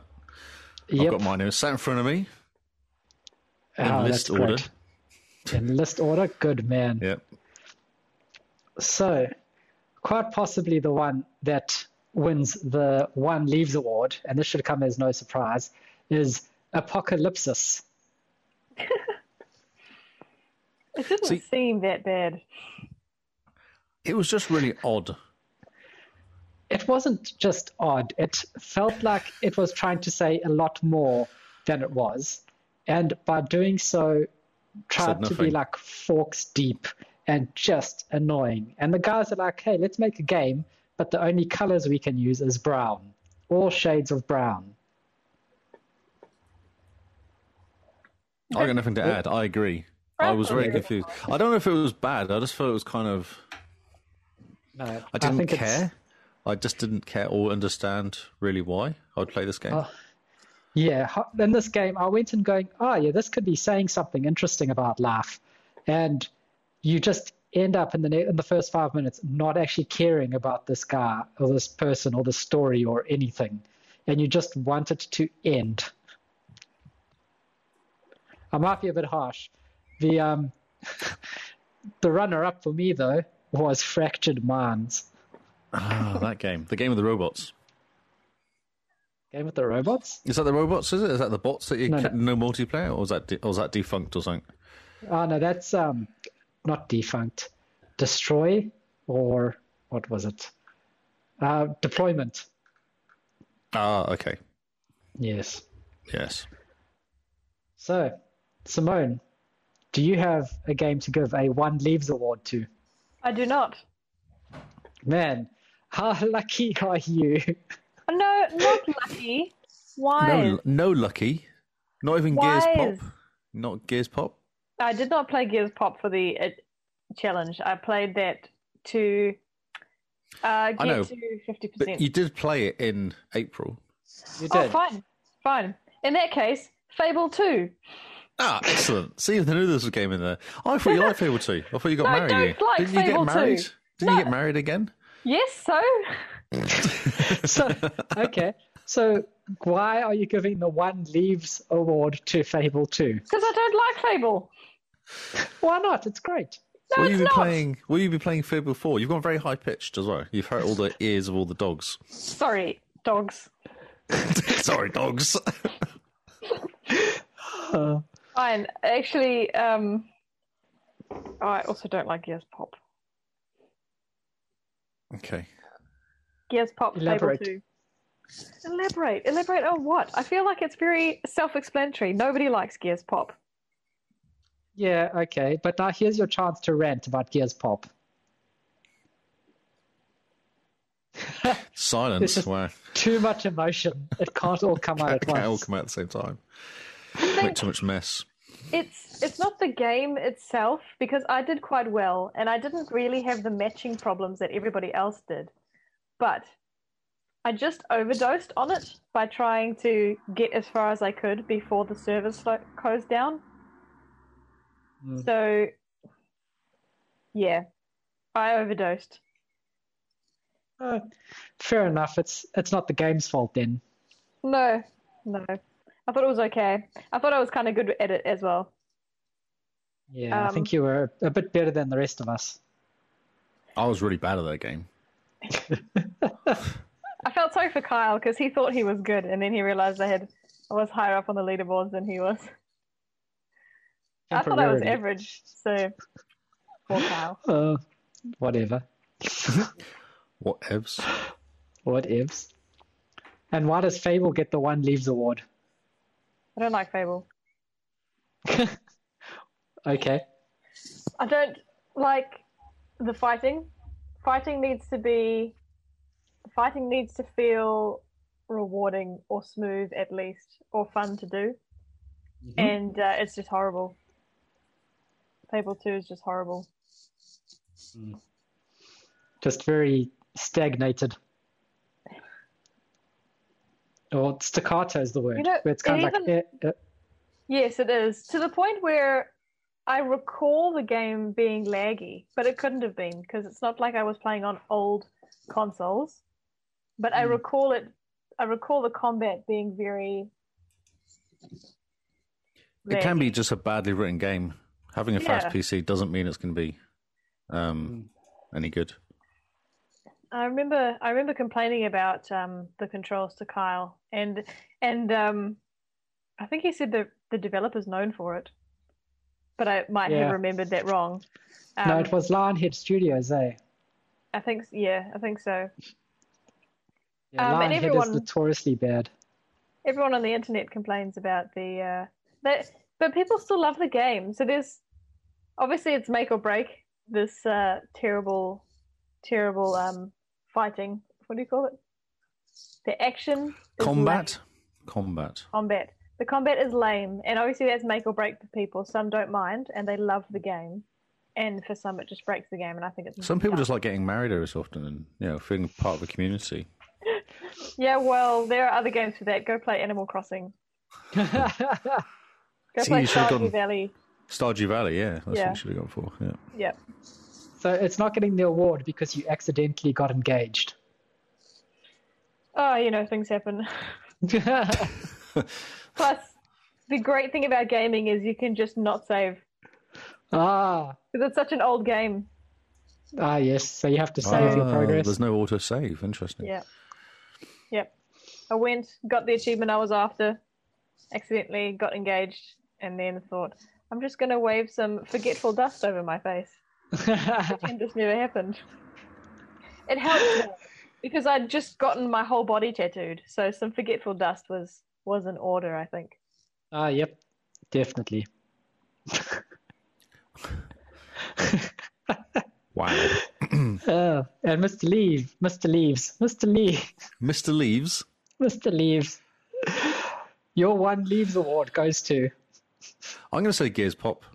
S2: Uh, Yep.
S1: I've got mine here. Sat in front of me. In
S2: Oh,
S1: list
S2: that's
S1: order.
S2: great. In list order, good man.
S1: Yep.
S2: So, quite possibly the one that wins the One Leaves Award, and this should come as no surprise, is Apocalypsis.
S3: It didn't
S1: See-
S3: seem that bad.
S1: It was just really odd.
S2: It wasn't just odd, it felt like it was trying to say a lot more than it was. And by doing so, tried to be
S1: nothing.
S2: like forks deep and just annoying. And the guys are like, hey, let's make a game, but the only colors we can use is brown, all shades of brown.
S1: I got nothing to add. I agree. I was very
S3: Probably.
S1: confused. I don't know if it was bad. I just thought it was kind of.
S2: No,
S1: I didn't
S2: think it's-
S1: care. I just didn't care or understand really why I would play this game.
S2: Yeah, ho- in this game, I went in going, oh, yeah, this could be saying something interesting about life. And you just end up in the, ne- in the first five minutes not actually caring about this guy or this person or the story or anything. And you just want it to end. I might be a bit harsh. The, um, the runner up for me, though, was Fractured Minds.
S1: Ah, that game. The game of the robots.
S2: Game with the robots?
S1: Is that the robots? Is it? Is that the bots that you
S2: No,
S1: no, no
S2: no.
S1: multiplayer, or was that de- or was that defunct or something?
S2: Oh no, that's um not defunct. Destroy or what was it? Uh, deployment.
S1: Ah, okay.
S2: Yes.
S1: Yes.
S2: So, Simone, do you have a game to give a one leaves award to?
S3: I do not.
S2: Man, how lucky are you?
S3: No, not lucky. Why?
S1: No, no lucky. Not even Gears
S3: Wise.
S1: Pop. Not Gears Pop.
S3: I did not play Gears Pop for the uh, challenge. I played that to uh, get
S1: know,
S3: to fifty
S1: But
S3: percent.
S1: you did play it in April.
S2: You
S3: Oh, fine, fine. In that case, Fable Two.
S1: Ah, excellent. See, I knew there was a game in there. I thought you liked Fable 2. I thought you got
S3: No, I
S1: married.
S3: don't
S1: again.
S3: like
S1: Didn't you
S3: Fable
S1: get
S3: 2.
S1: married? Didn't you
S3: No.
S1: get married again?
S3: Yes, so
S2: So, okay. So, why are you giving the one leaves award to Fable 2?
S3: because I don't like Fable.
S2: Why not? It's great.
S3: No,
S1: will you
S3: it's
S1: be
S3: not.
S1: playing? Will you be playing Fable 4? You've gone very high pitched as well. You've hurt all the ears of all the dogs.
S3: Sorry, dogs.
S1: Sorry, dogs.
S2: Uh,
S3: Fine. Actually, um, I also don't like Gears Pop.
S1: okay.
S3: Gears Pop
S2: Elaborate.
S3: Fable Two. Elaborate. Elaborate on what? I feel like it's very self-explanatory. Nobody likes Gears Pop.
S2: yeah, okay. But now here's your chance to rant about Gears Pop.
S1: Silence.
S2: This is-
S1: wow.
S2: Too much emotion. It can't all come out
S1: It
S2: at
S1: can't all
S2: once.
S1: come out at the same time.
S3: Think-
S1: Make too much mess.
S3: it's it's not the game itself because I did quite well and I didn't really have the matching problems that everybody else did. But I just overdosed on it by trying to get as far as I could before the servers slo- closed down.
S2: Mm.
S3: So yeah, I overdosed.
S2: Uh, fair enough. It's it's not the game's fault then.
S3: No, no. I thought it was okay. I thought I was kind of good at it as well.
S2: Yeah, I
S3: Um,
S2: think you were a bit better than the rest of us.
S1: I was really bad at that game.
S3: I felt sorry for Kyle because he thought he was good, and then he realized I had I was higher up on the leaderboards than he was. I thought I was
S2: Temporarily.
S3: average, so poor Kyle.
S2: Uh, whatever.
S1: What evs?
S2: What ifs? And why does Fable get the One Leaves award?
S3: I don't like Fable.
S2: Okay.
S3: I don't like the fighting. Fighting needs to be fighting needs to feel rewarding or smooth at least or fun to do. And uh, it's just horrible. Fable 2 is just horrible.
S2: Just very stagnated. Or staccato is the word.
S3: You know,
S2: where it's kind
S3: it
S2: of like, eh, eh,
S3: Yes, it is. To the point where I recall the game being laggy, but it couldn't have been because it's not like I was playing on old consoles. But I
S2: Mm.
S3: recall it. I recall the combat being very.
S1: It can
S3: laggy.
S1: be just a badly written game. Having a fast
S3: Yeah.
S1: PC doesn't mean it's going to be um, any good.
S3: I remember. I remember complaining about um, the controls to Kyle, and and um, I think he said that the developer's known for it, but I might
S2: Yeah.
S3: have remembered that wrong. Um,
S2: no, it was Lionhead Studios, eh?
S3: I think. Yeah, I think so.
S2: Yeah,
S3: Um,
S2: Lionhead
S3: and
S2: is
S3: everyone-
S2: notoriously bad.
S3: everyone on the internet complains about the uh that but people still love the game so there's obviously it's make or break this uh terrible terrible um fighting what do you call it the action is lame.
S1: Combat? Combat.
S3: combat the combat is lame and obviously that's make or break for people some don't mind and they love the game and for some it just breaks the game and i think it's
S1: Some people just like getting married every so often and, you know, feeling part of a community.
S3: yeah well there are other games for that go play animal crossing go
S1: See,
S3: play
S1: you should've
S3: Stardew
S1: gone-
S3: valley
S1: Stardew Valley, yeah. That's what
S3: Yeah.
S1: you should have gone for. Yeah.
S3: yeah
S2: so it's not getting the award because you accidentally got engaged.
S3: oh you know things happen Plus, the great thing about gaming is you can just not save
S2: ah,
S3: because it's such an old game.
S2: Ah, yes. So you have to save your
S1: Ah,
S2: progress.
S1: There's no auto save. Interesting.
S3: Yeah. Yep. I went, got the achievement I was after, accidentally got engaged, and then thought, I'm just going to wave some forgetful dust over my face. And just never happened. It helped though, because I'd just gotten my whole body tattooed, so some forgetful dust was was in order, I think.
S2: ah, yep. Definitely.
S1: Wow.
S2: Uh, and Mr. Leave, Mr. Leaves, Mr. Lee,
S1: Mr. Leaves.
S2: Mr. Leaves. Your one leaves award goes to.
S1: I'm going to say Gears Pop.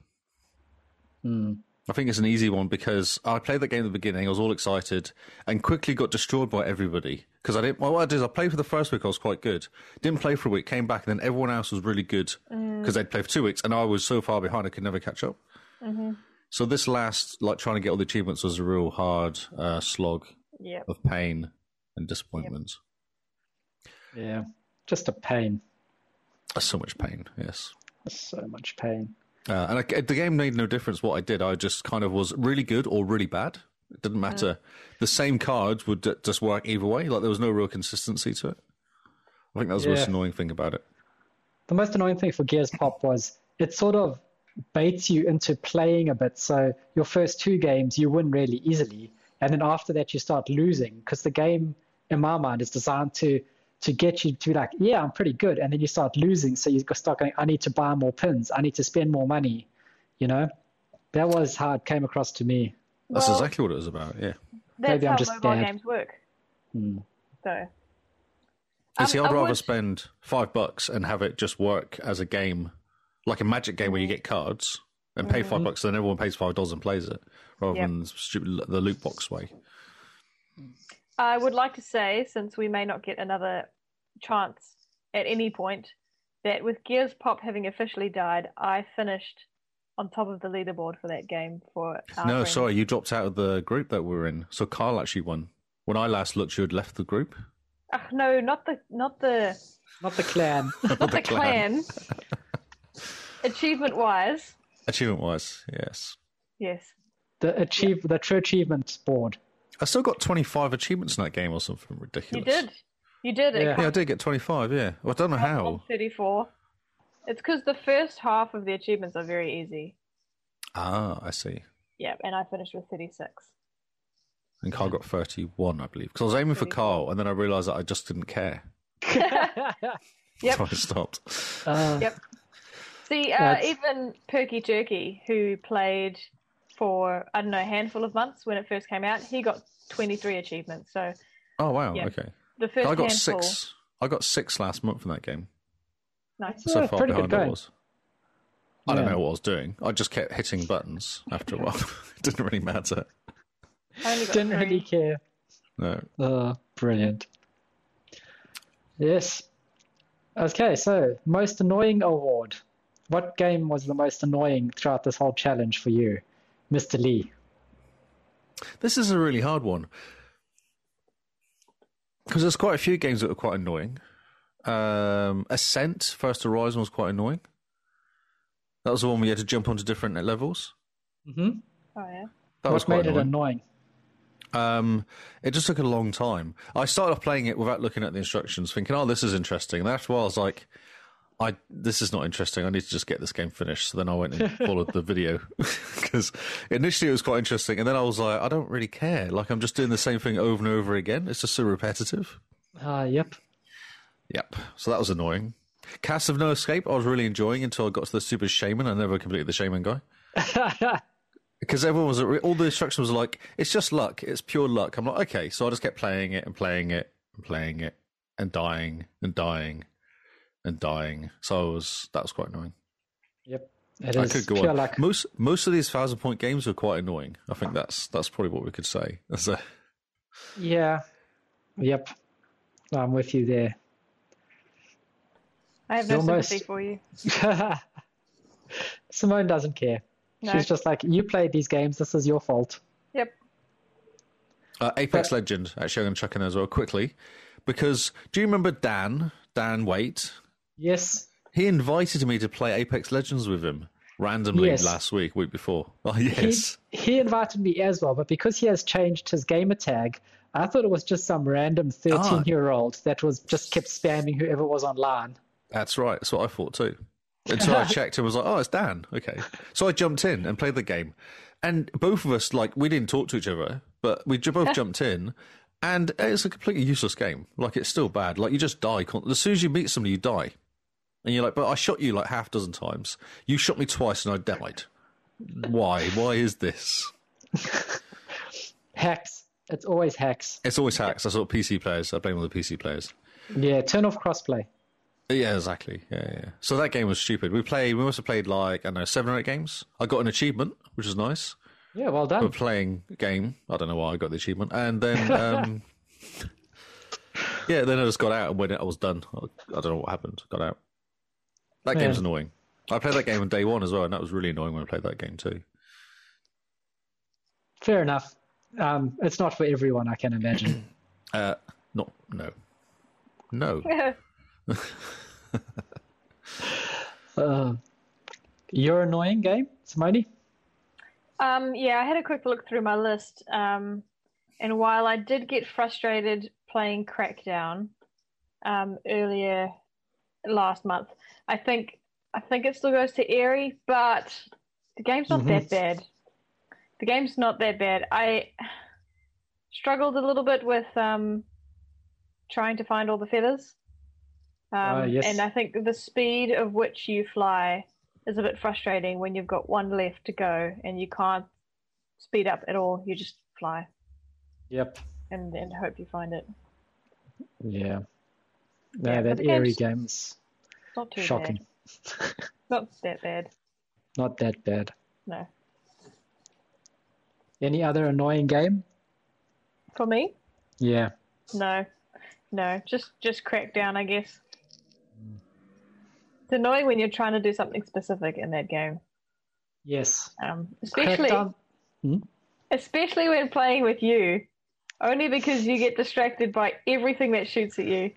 S2: Hmm.
S1: I think it's an easy one because I played that game at the beginning. I was all excited and quickly got destroyed by everybody because I didn't. Well, what I did is I played for the first week. I was quite good. Didn't play for a week. Came back and then everyone else was really good because they'd played for two weeks and I was so far behind I could never catch up. So this last, like trying to get all the achievements, was a real hard uh, slog
S3: Yep.
S1: of pain and disappointment.
S2: Yeah, just a pain.
S1: So much pain. Yes.
S2: So much pain.
S1: Uh, and I, the game made no difference what I did. I just kind of was really good or really bad. It
S3: Uh-huh.
S1: didn't matter. The same cards would ju- just work either way. Like there was no real consistency to it. I think that was the most
S2: Yeah.
S1: annoying thing about it.
S2: The most annoying thing for Gears Pop was it sort of baits you into playing a bit. So your first two games, you win really easily. And then after that, you start losing because the game, in my mind, is designed to to get you to be like, yeah, I'm pretty good. And then you start losing. So you start going, I need to buy more pins. I need to spend more money. You know, that was how it came across to me.
S1: That's
S3: Well,
S1: exactly what it was about. Yeah.
S3: that's
S2: maybe I'm
S3: how
S2: just
S3: mobile
S2: bad.
S3: games work.
S2: Hmm.
S3: So
S1: You see,
S3: Um,
S1: I'd
S3: I
S1: rather
S3: would-
S1: spend five bucks and have it just work as a game, like a magic game where you get cards and pay five bucks, and then everyone pays five dollars and plays it, rather
S3: Mm-hmm. Yep.
S1: than the stupid the loot box way.
S3: I would like to say, since we may not get another chance at any point, that with Gears Pop having officially died, I finished on top of the leaderboard for that game. For our
S1: no,
S3: friend.
S1: sorry, you dropped out of the group that we were in. So Carl actually won. When I last looked, you had left the group.
S3: Ugh, no, not the not the
S2: Not the clan.
S3: not the clan. Achievement wise,
S1: Achievement wise, yes.
S3: yes.
S2: the achieve the true achievement board.
S1: I still got 25 achievements in that game or something
S3: You
S1: ridiculous.
S3: did. You did.
S2: Yeah.
S3: It
S1: Yeah, I did get 25, yeah. Well, I don't know how.
S3: 34. It's because the first half of the achievements are very easy.
S1: Ah, I see.
S3: Yep, and I finished with 36.
S1: And Carl got 31, I believe. Because I was aiming for Carl, and then I realised that I just didn't care.
S3: Yep.
S1: So I stopped.
S2: Uh,
S3: Yep. See, uh,
S2: That's-
S3: even Perky Turkey, who played for, I don't know, a handful of months when it first came out, he got 23 achievements. So
S1: Oh, wow,
S3: Yeah.
S1: okay.
S3: the first
S1: I got
S3: handful.
S1: six. I got six last month in that game.
S3: Nice.
S1: so
S2: Yeah,
S1: far
S2: pretty good
S1: behind I
S2: going.
S1: was. I don't
S2: Yeah.
S1: know what I was doing. I just kept hitting buttons after a while. it didn't really matter.
S3: I only got
S2: Didn't
S3: three.
S2: really care.
S1: No.
S2: Uh, brilliant. Yes. Okay, so most annoying award. What game was the most annoying throughout this whole challenge for you, Mr. Lee?
S1: This is a really hard one because there's quite a few games that were quite annoying. Um, Ascent First Horizon was quite annoying. That was the one where you had to jump onto different levels.
S2: Mm-hmm.
S3: Oh, yeah.
S1: That was
S2: What
S1: quite
S2: made it
S1: annoying.
S2: annoying?
S1: Um, it just took a long time. I started off playing it without looking at the instructions, thinking, "Oh, this is interesting." And after a while, I was like, "I this is not interesting. I need to just get this game finished." So then I went and followed the video because initially it was quite interesting, and then I was like, "I don't really care. Like I'm just doing the same thing over and over again. It's just so repetitive."
S2: Ah, yep.
S1: Yep. So that was annoying. Cast of No Escape, I was really enjoying until I got to the stupid shaman. I never completed the shaman guy. because everyone was all the instructions was like it's just luck it's pure luck i'm like okay so i just kept playing it and playing it and playing it and dying and dying and dying so I was that was quite annoying
S2: Yep. It
S1: i
S2: is
S1: could go
S2: pure
S1: on
S2: luck.
S1: most most of these thousand point games were quite annoying i think that's that's probably what we could say That's a-
S2: Yeah. Yep. I'm with you there.
S3: I have no
S2: Still most-
S3: sympathy for you.
S2: Simone doesn't care.
S3: No.
S2: She's just like, you played these games, this is your fault.
S3: Yep.
S1: uh, apex legend actually i'm going to chuck in as well quickly because do you remember dan dan wait
S2: Yes.
S1: he invited me to play apex legends with him randomly
S2: Yes.
S1: last week, week before. Oh yes,
S2: He, he invited me as well, but because he has changed his gamer tag, I thought it was just some random 13 year old that was just kept spamming whoever was online.
S1: that's right. That's what I thought too. Until I checked and was like, oh, it's Dan. Okay, so I jumped in and played the game, and both of us like we didn't talk to each other, but we ju- both jumped in. And it's a completely useless game. Like it's still bad. Like you just die. con- As soon as you meet somebody, you die. And you're like, but I shot you like half a dozen times. You shot me twice and I died. Why? Why is this?
S2: Hacks. It's always hacks.
S1: It's always hacks. That's what PC players. I blame all the PC players.
S2: Yeah, turn off crossplay.
S1: Yeah, exactly. Yeah, yeah. So that game was stupid. We played. We must have played like I don't know seven or eight games. I got an achievement, which is nice.
S2: Yeah, well
S1: We're
S2: done.
S1: playing a game. I don't know why I got the achievement, and then um, yeah, then I just got out and when I was done, I I don't know what happened. Got out. That game's
S2: Yeah.
S1: annoying. I played that game on day one as well, and that was really annoying when I played that game too.
S2: Fair enough. Um, it's not for everyone, I can imagine.
S1: Uh, not no, no.
S2: uh, your annoying game, Simone?
S3: Um, yeah, I had a quick look through my list, um, and while I did get frustrated playing Crackdown um, earlier last month, I think I think it still goes to Airy, but the game's not that bad. The game's not that bad. I struggled a little bit with um, trying to find all the feathers, um,
S2: Ah, yes.
S3: and I think the speed of which you fly is a bit frustrating when you've got one left to go and you can't speed up at all. You just fly
S2: Yep.
S3: and, and hope you find it.
S2: Yeah. No,
S3: Yeah, but
S2: that
S3: the
S2: airy
S3: game's
S2: game's
S3: It's Not too
S2: shocking.
S3: bad. Not that bad.
S2: Not that bad.
S3: No.
S2: Any other annoying game?
S3: For me,
S2: Yeah.
S3: no, no. Just just crack down, I guess. It's annoying when you're trying to do something specific in that game,
S2: Yes.
S3: um, especially
S2: Crackdown.
S3: especially when playing with you, only because you get distracted by everything that shoots at you.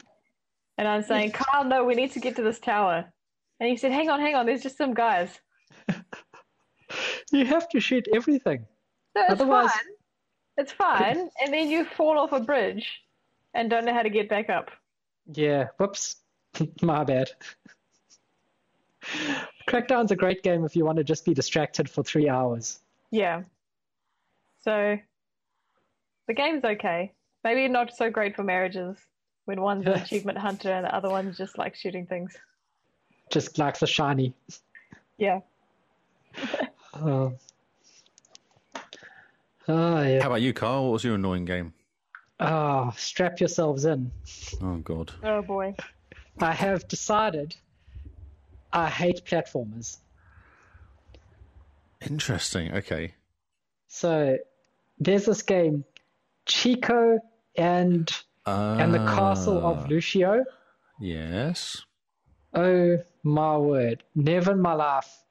S3: And I'm saying, Carl, no, we need to get to this tower. And he said, hang on, hang on, there's just some guys.
S2: You have to shoot everything.
S3: No, it's
S2: Otherwise-
S3: fine. It's fine. And then you fall off a bridge and don't know how to get back up.
S2: Yeah. Whoops. My bad. Crackdown's a great game if you want to just be distracted for three hours.
S3: Yeah. So the game's okay. Maybe not so great for marriages when one's an
S2: Yes.
S3: achievement hunter and the other one's just like shooting things.
S2: Just like the shiny.
S3: Yeah.
S2: Oh. Oh, yeah.
S1: How about you, Carl? What was your annoying game?
S2: Oh, strap yourselves in.
S1: Oh God.
S3: Oh boy.
S2: I have decided I hate platformers.
S1: Interesting. Okay.
S2: So there's this game, Chico and and the Castle
S1: Ah,
S2: of Lucio.
S1: Yes.
S2: Oh my word! Never in my life.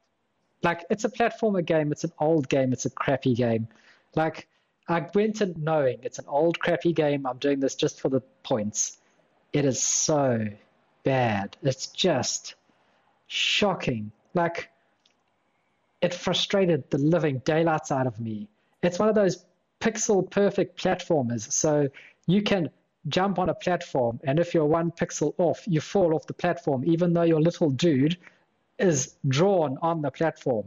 S2: Like it's a platformer game. It's an old game. It's a crappy game. Like I went in knowing it's an old crappy game. I'm doing this just for the points. It is so bad. It's just shocking. Like it frustrated the living daylights out of me. It's one of those pixel perfect platformers. So you can jump on a platform, and if you're one pixel off, you fall off the platform, even though your little dude is drawn on the platform.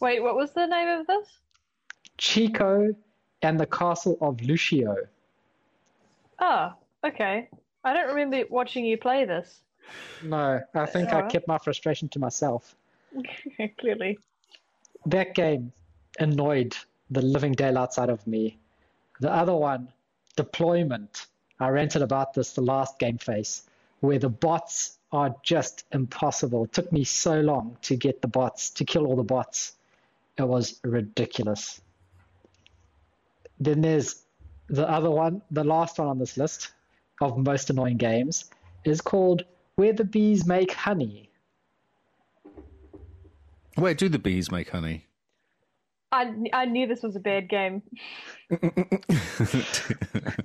S3: Wait, what was the name of this?
S2: Chico and the Castle of Lucio.
S3: Oh, okay. I don't remember watching you play this.
S2: No, I think I
S3: Alright.
S2: kept my frustration to myself.
S3: Clearly.
S2: that game annoyed the living daylights out of me. The other one, deployment. I ranted about this the last game face, where the bots are just impossible. It took me so long to get the bots, to kill all the bots. It was ridiculous. Then there's the other one, the last one on this list of most annoying games is called Where the Bees Make Honey.
S1: Where do the bees make honey?
S3: I, I knew this was a bad game.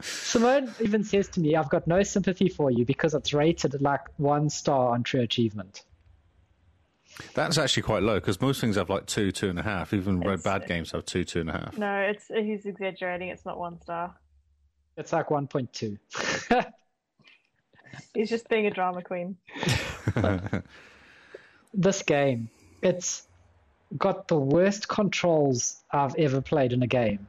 S2: Simone even says to me, I've got no sympathy for you because it's rated like one star on True Achievement.
S1: That's actually quite low because most things have like two, two and a half. Even
S3: It's-
S1: bad games have two, two and a half.
S3: No, it's he's exaggerating. It's not one star.
S2: It's like 1.2.
S3: He's just being a drama queen.
S2: this game, it's got the worst controls I've ever played in a game.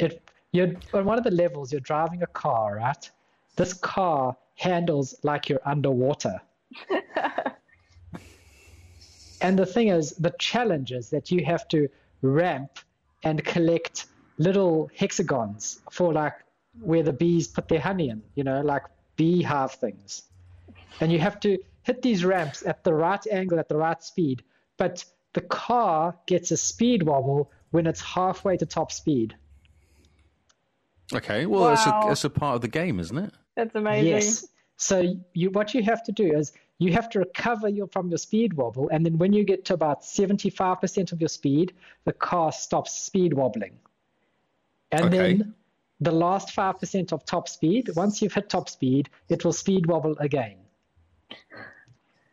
S2: It you're on one of the levels you're driving a car, right? This car handles like you're underwater. and the thing is, the challenge is that you have to ramp and collect little hexagons for like where the bees put their honey in, you know, like beehive things and you have to hit these ramps at the right angle at the right speed. But the car gets a speed wobble when it's halfway to top speed.
S1: okay, well, it's,
S3: Wow.
S1: a, it's a part of the game, isn't it?
S3: That's amazing.
S2: Yes. So you what you have to do is you have to recover your from your speed wobble, and then when you get to about seventy five percent of your speed, the car stops speed wobbling, and
S1: Okay.
S2: then the last five percent of top speed. Once you've hit top speed, it will speed wobble again.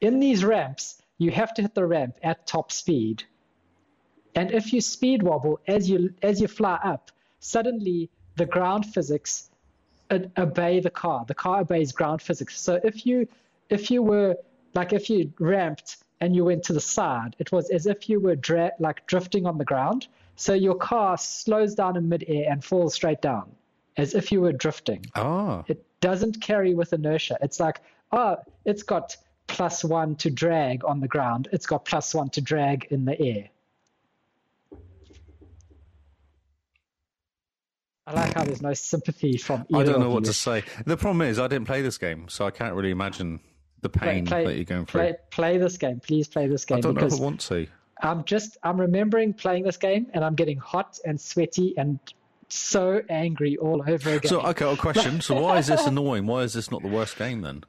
S2: In these ramps, you have to hit the ramp at top speed. And if you speed wobble as you as you fly up, suddenly the ground physics o- obey the car. The car obeys ground physics. So if you if you were like if you ramped and you went to the side, it was as if you were dra- like drifting on the ground. So your car slows down in midair and falls straight down, as if you were drifting
S1: Ah,
S2: it doesn't carry with inertia. It's like, oh, it's got plus one to drag on the ground. It's got plus one to drag in the air. I like how there's no sympathy from either
S1: I don't know
S2: of
S1: what
S2: you.
S1: to say. The problem is, I didn't play this game, so I can't really imagine the pain that you're going through.
S2: play, play this game. Please play this game
S1: I don't know
S2: because
S1: if I want to.
S2: I'm just I'm remembering playing this game and I'm getting hot and sweaty and so angry all over again.
S1: So, okay, a question. So, why is this annoying? Why is this not the worst game then?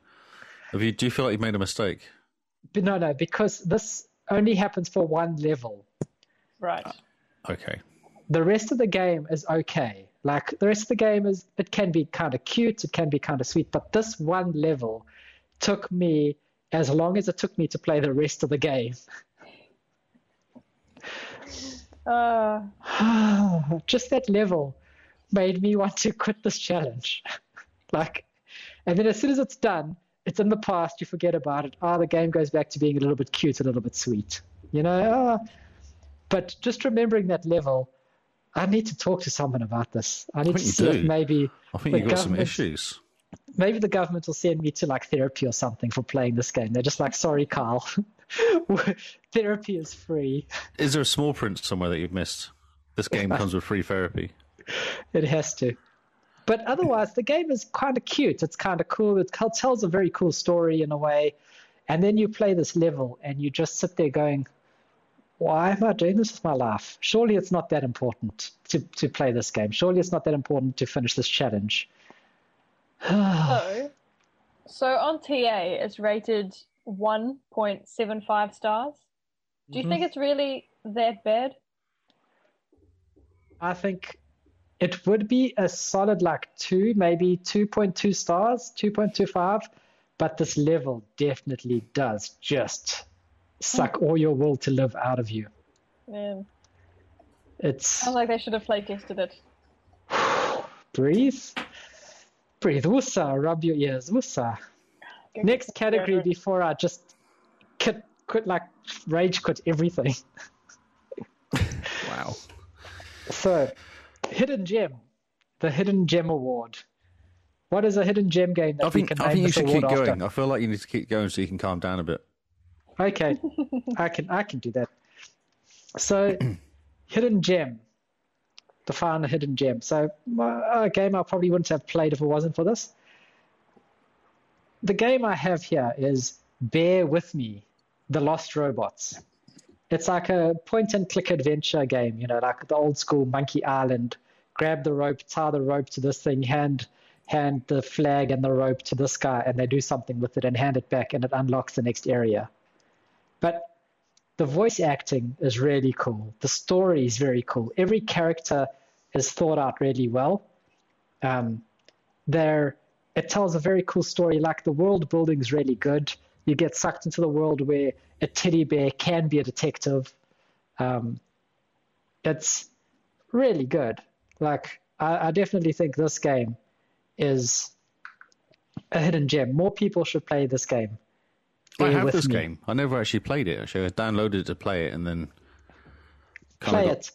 S1: Have you? Do you feel like you've made a mistake?
S2: But no, no, because this only happens for one level.
S3: Right.
S1: Okay.
S2: the rest of the game is okay. Like the rest of the game is, it can be kind of cute, it can be kind of sweet, but this one level took me as long as it took me to play the rest of the game.
S3: Uh,
S2: Just that level made me want to quit this challenge. like, and then as soon as it's done, it's in the past, you forget about it. Ah, the game goes back to being a little bit cute, a little bit sweet. You know, ah. but just remembering that level, I need to talk to someone about this. I need to
S1: think you
S2: see
S1: do.
S2: if maybe
S1: I think
S2: the
S1: you've got some
S2: government-
S1: issues.
S2: maybe the government will send me to like therapy or something for playing this game. They're just like, sorry, Carl, therapy is free.
S1: Is there a small print somewhere that you've missed? This game comes with free therapy.
S2: It has to. But otherwise, the game is kind of cute. It's kind of cool. It co- tells a very cool story in a way. And then you play this level and you just sit there going, why am I doing this with my life? Surely it's not that important to, to play this game. Surely it's not that important to finish this challenge.
S3: Oh, so, so on TA, it's rated 1.75 stars. Do
S2: Mm-hmm.
S3: you think it's really that bad?
S2: I think it would be a solid like two, maybe 2.2 stars, 2.25. But this level definitely does just suck all your will to live out of you.
S3: Man,
S2: It's
S3: Um, sounds like they should have play tested it.
S2: breathe, breathe, wusa, rub your ears, wusa.
S3: Go
S2: Next
S3: get some
S2: category
S3: deodorant.
S2: before I just quit, quit like rage quit everything.
S1: Wow.
S2: So, hidden gem, the hidden gem award. What is a hidden gem game that
S1: I think
S2: we can
S1: I
S2: name
S1: think you
S2: this
S1: should keep
S2: award after?
S1: going. I feel like you need to keep going so you can calm down a bit.
S2: Okay, I can I can do that. So, hidden gem, the final hidden gem. So, my, a game I probably wouldn't have played if it wasn't for this. The game I have here is Bear with Me, the Lost Robots. It's like a point and click adventure game, you know, like the old school Monkey Island. Grab the rope, tie the rope to this thing, hand hand the flag and the rope to this guy, and they do something with it and hand it back, and it unlocks the next area but the voice acting is really cool. The story is very cool. Every character is thought out really well. Um, there, it tells a very cool story. Like the world building's really good. you get sucked into the world where a teddy bear can be a detective. Um, it's really good. Like I, I definitely think this game is a hidden gem. More people should play this game.
S1: I
S2: Bear
S1: have
S2: with
S1: this
S2: me.
S1: game. I never actually played it. Actually, I downloaded it to play it, and then kinda
S2: play
S1: got-
S2: it.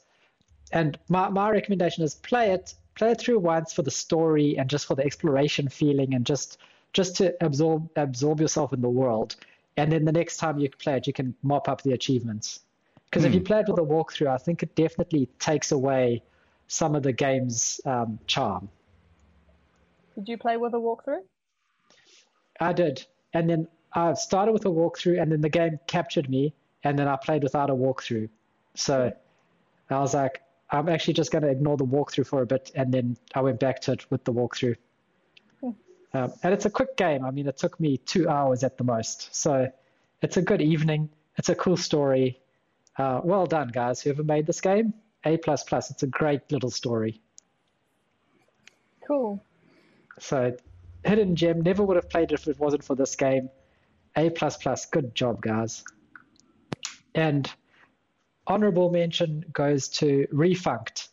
S2: And my, my recommendation is play it, play it through once for the story and just for the exploration feeling and just just to absorb absorb yourself in the world. And then the next time you play it, you can mop up the achievements. Because if you play it with a walkthrough, I think it definitely takes away some of the game's um, charm.
S3: Did you play with a walkthrough?
S2: I did, and then I started with a walkthrough, and then the game captured me, and then I played without a walkthrough. So I was like, I'm actually just going to ignore the walkthrough for a bit, and then I went back to it with the walkthrough. Um, and it's a quick game. I mean, it took me two hours at the most. So it's a good evening. It's a cool story. Uh, well done, guys. Whoever made this game, A plus plus. It's a great little story.
S3: Cool.
S2: So, Hidden Gem never would have played it if it wasn't for this game. A plus plus, good job, guys. And honorable mention goes to Refunct.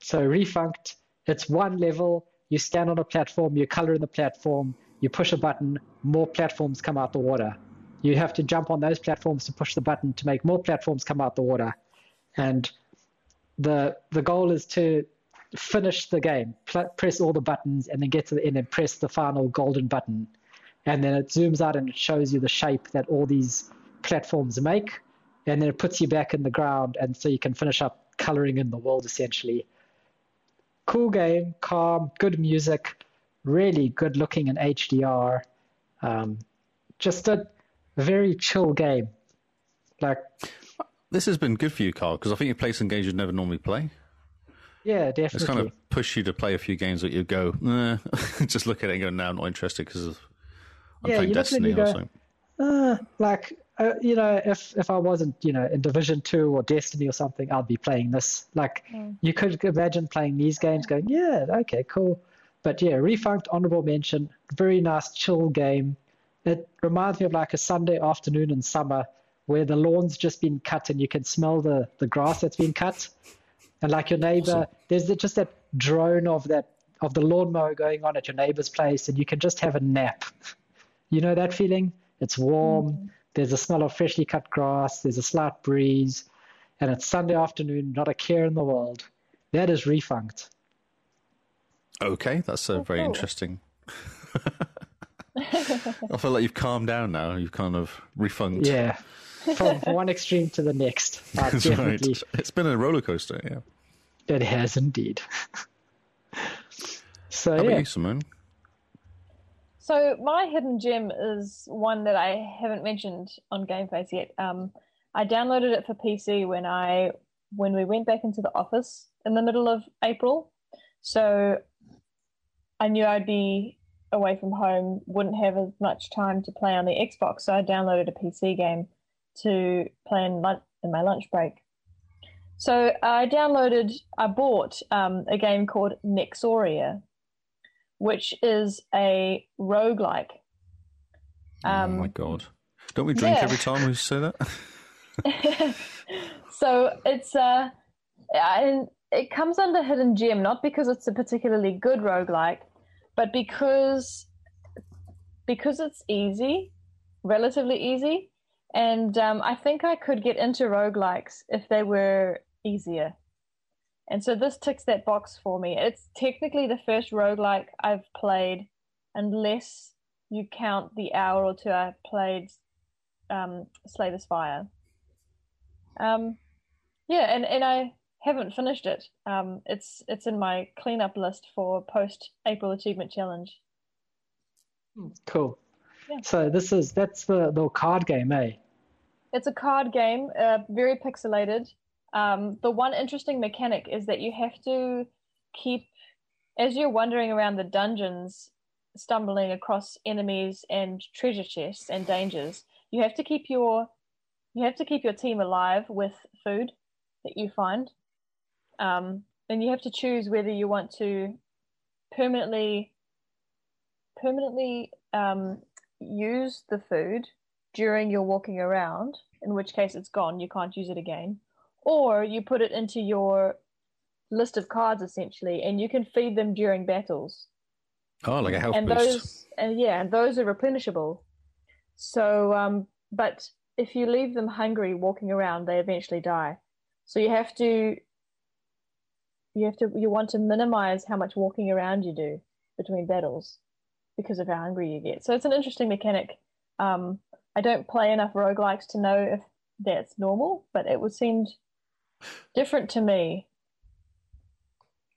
S2: So Refunct, it's one level. You stand on a platform, you color in the platform, you push a button, more platforms come out the water. You have to jump on those platforms to push the button to make more platforms come out the water. And the the goal is to finish the game, pl- press all the buttons, and then get to the end and press the final golden button. And then it zooms out and it shows you the shape that all these platforms make. And then it puts you back in the ground, and so you can finish up coloring in the world essentially. Cool game, calm, good music, really good looking in HDR. Um, just a very chill game. Like,
S1: This has been good for you, Carl, because I think you play some games you'd never normally play.
S2: yeah, definitely.
S1: It's kind of push you to play a few games that you go, nah, just look at it and go, no, I'm not interested because I'm
S2: Yeah,
S1: playing
S2: you look and
S1: Destiny
S2: you
S1: or
S2: go-
S1: something.
S2: uh, like uh, you know if if i wasn't you know in division 2 or destiny or something i'd be playing this like you could imagine playing these games going yeah okay cool but yeah refunked honorable mention very nice chill game it reminds me of like a sunday afternoon in summer where the lawn's just been cut and you can smell the the grass that's been cut and like your neighbor there's the- just that drone of that of the lawnmower going on at your neighbor's place and you can just have a nap you know that feeling? It's warm.
S1: Mm-hmm.
S2: There's a smell of freshly cut grass. There's a slight breeze. And it's Sunday afternoon, not a care in the world. That is refunct.
S1: Okay, that's
S2: Oh,
S1: uh, very
S3: cool.
S1: interesting. I feel like you've calmed down now. You've kind of refunked.
S2: Yeah. From one extreme to the next. I
S1: That's right.
S2: definitely, Oh,
S1: It's been a roller coaster. Yeah.
S2: It has indeed. so,
S1: How
S2: yeah.
S1: about you, Simone?
S3: So my hidden gem is one that I haven't mentioned on Game Face yet. Um, I downloaded it for PC when I when we went back into the office in the middle of April. So I knew I'd be away from home, wouldn't have as much time to play on the Xbox. So I downloaded a PC game to play in, lun- in my lunch break. So I downloaded, I bought um, a game called Nexoria which is a roguelike.
S1: oh my
S3: Um,
S1: god! Don't we drink
S3: yeah.
S1: every time we say that?
S3: so it's uh, and it comes under hidden gem not because it's a particularly good roguelike, but because because it's easy, relatively easy, and um, I think I could get into roguelikes if they were easier. And so this ticks that box for me. It's technically the first roguelike I've played, unless you count the hour or two I played um, Slay the Spire. Um, yeah, and, and I haven't finished it. Um, it's it's in my cleanup list for post April Achievement Challenge.
S2: Hmm, Cool.
S3: Yeah.
S2: So, this is that's the, the card game, eh?
S3: It's a card game, uh, very pixelated. Um, the one interesting mechanic is that you have to keep, as you're wandering around the dungeons, stumbling across enemies and treasure chests and dangers. You have to keep your, you have to keep your team alive with food that you find, um, and you have to choose whether you want to permanently, permanently um, use the food during your walking around, in which case it's gone, you can't use it again, or you put it into your list of cards essentially, and you can feed them during battles.
S1: Oh, like a health
S3: and
S1: boost.
S3: those, and yeah, and those are replenishable. So, um, but if you leave them hungry walking around, they eventually die. So you have to, you have to, you want to minimize how much walking around you do between battles because of how hungry you get. So it's an interesting mechanic. Um, I don't play enough roguelikes to know if that's normal, but it would seem different to me.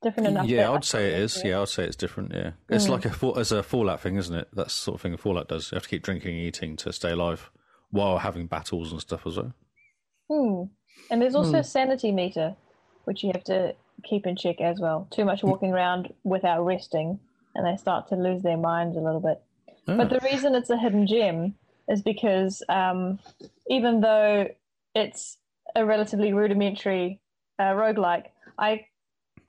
S3: Different enough.
S1: yeah,
S3: that I
S1: I'd say it
S3: could
S1: is.
S3: do it.
S1: Yeah, I'd say it's different. Yeah, it's
S3: Mm.
S1: like a fall- it's a Fallout thing, isn't it? That's the sort of thing Fallout does. You have to keep drinking, and eating to stay alive, while having battles and stuff as well.
S3: Hmm. And there's also a sanity meter, which you have to keep in check as well. Too much walking around without resting, and they start to lose their minds a little bit. But the reason it's a hidden gem is because um, even though it's a relatively rudimentary uh, roguelike, I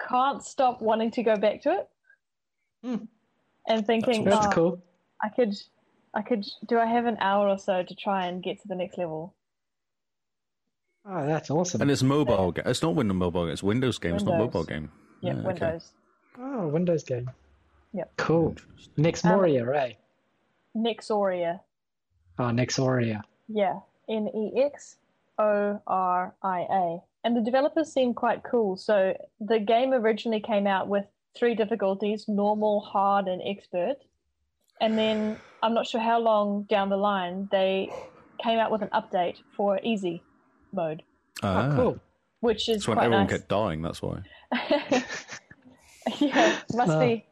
S3: can't stop wanting to go back to it
S4: Hmm.
S3: and thinking,
S2: That's
S3: "Oh,
S2: cool.
S3: I could, I could. Do I have an hour or so to try and get to the next level?
S2: Oh, that's awesome.
S1: And it's mobile. Ga- it's not Windows mobile. game, It's Windows game. It's not
S3: Windows.
S1: mobile game. Ah,
S3: Yeah,
S1: okay.
S3: Windows.
S2: oh, Windows game.
S3: Yep.
S2: Cool. Next
S3: Um,
S2: Moria, right?
S3: Nexoria.
S2: Oh, next Moria.
S3: Yeah, N E X O R I A. And the developers seem quite cool. So the game originally came out with three difficulties normal, hard, and expert. And then I'm not sure how long down the line they came out with an update for easy mode,
S1: Ah,
S2: Oh, cool.
S3: which is
S1: That's when
S3: quite
S1: everyone
S3: nice.
S1: kept dying. That's why.
S3: yeah, must
S2: Uh.
S3: be.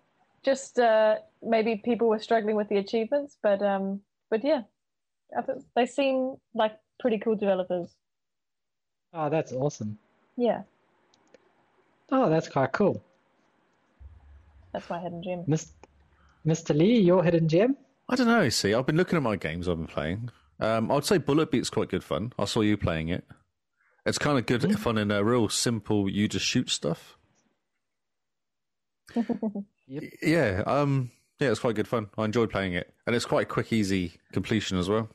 S3: Just uh, maybe people were struggling with the achievements, but um, but yeah, I thought they seem like pretty cool developers.
S2: Oh, that's awesome.
S3: Yeah,
S2: Oh, that's quite cool.
S3: that's my hidden gem.
S2: Mis- Mr. Lee, your hidden gem?
S1: I don't know. See, I've been looking at my games I've been playing. Um, I'd say Bullet Beat's quite good fun. I saw you playing it. It's kind of
S2: Mm-hmm.
S1: good fun in a real simple. You just shoot stuff. Yeah. Um. Yeah, it's quite good fun. I enjoyed playing it, and it's quite a quick, easy completion as well.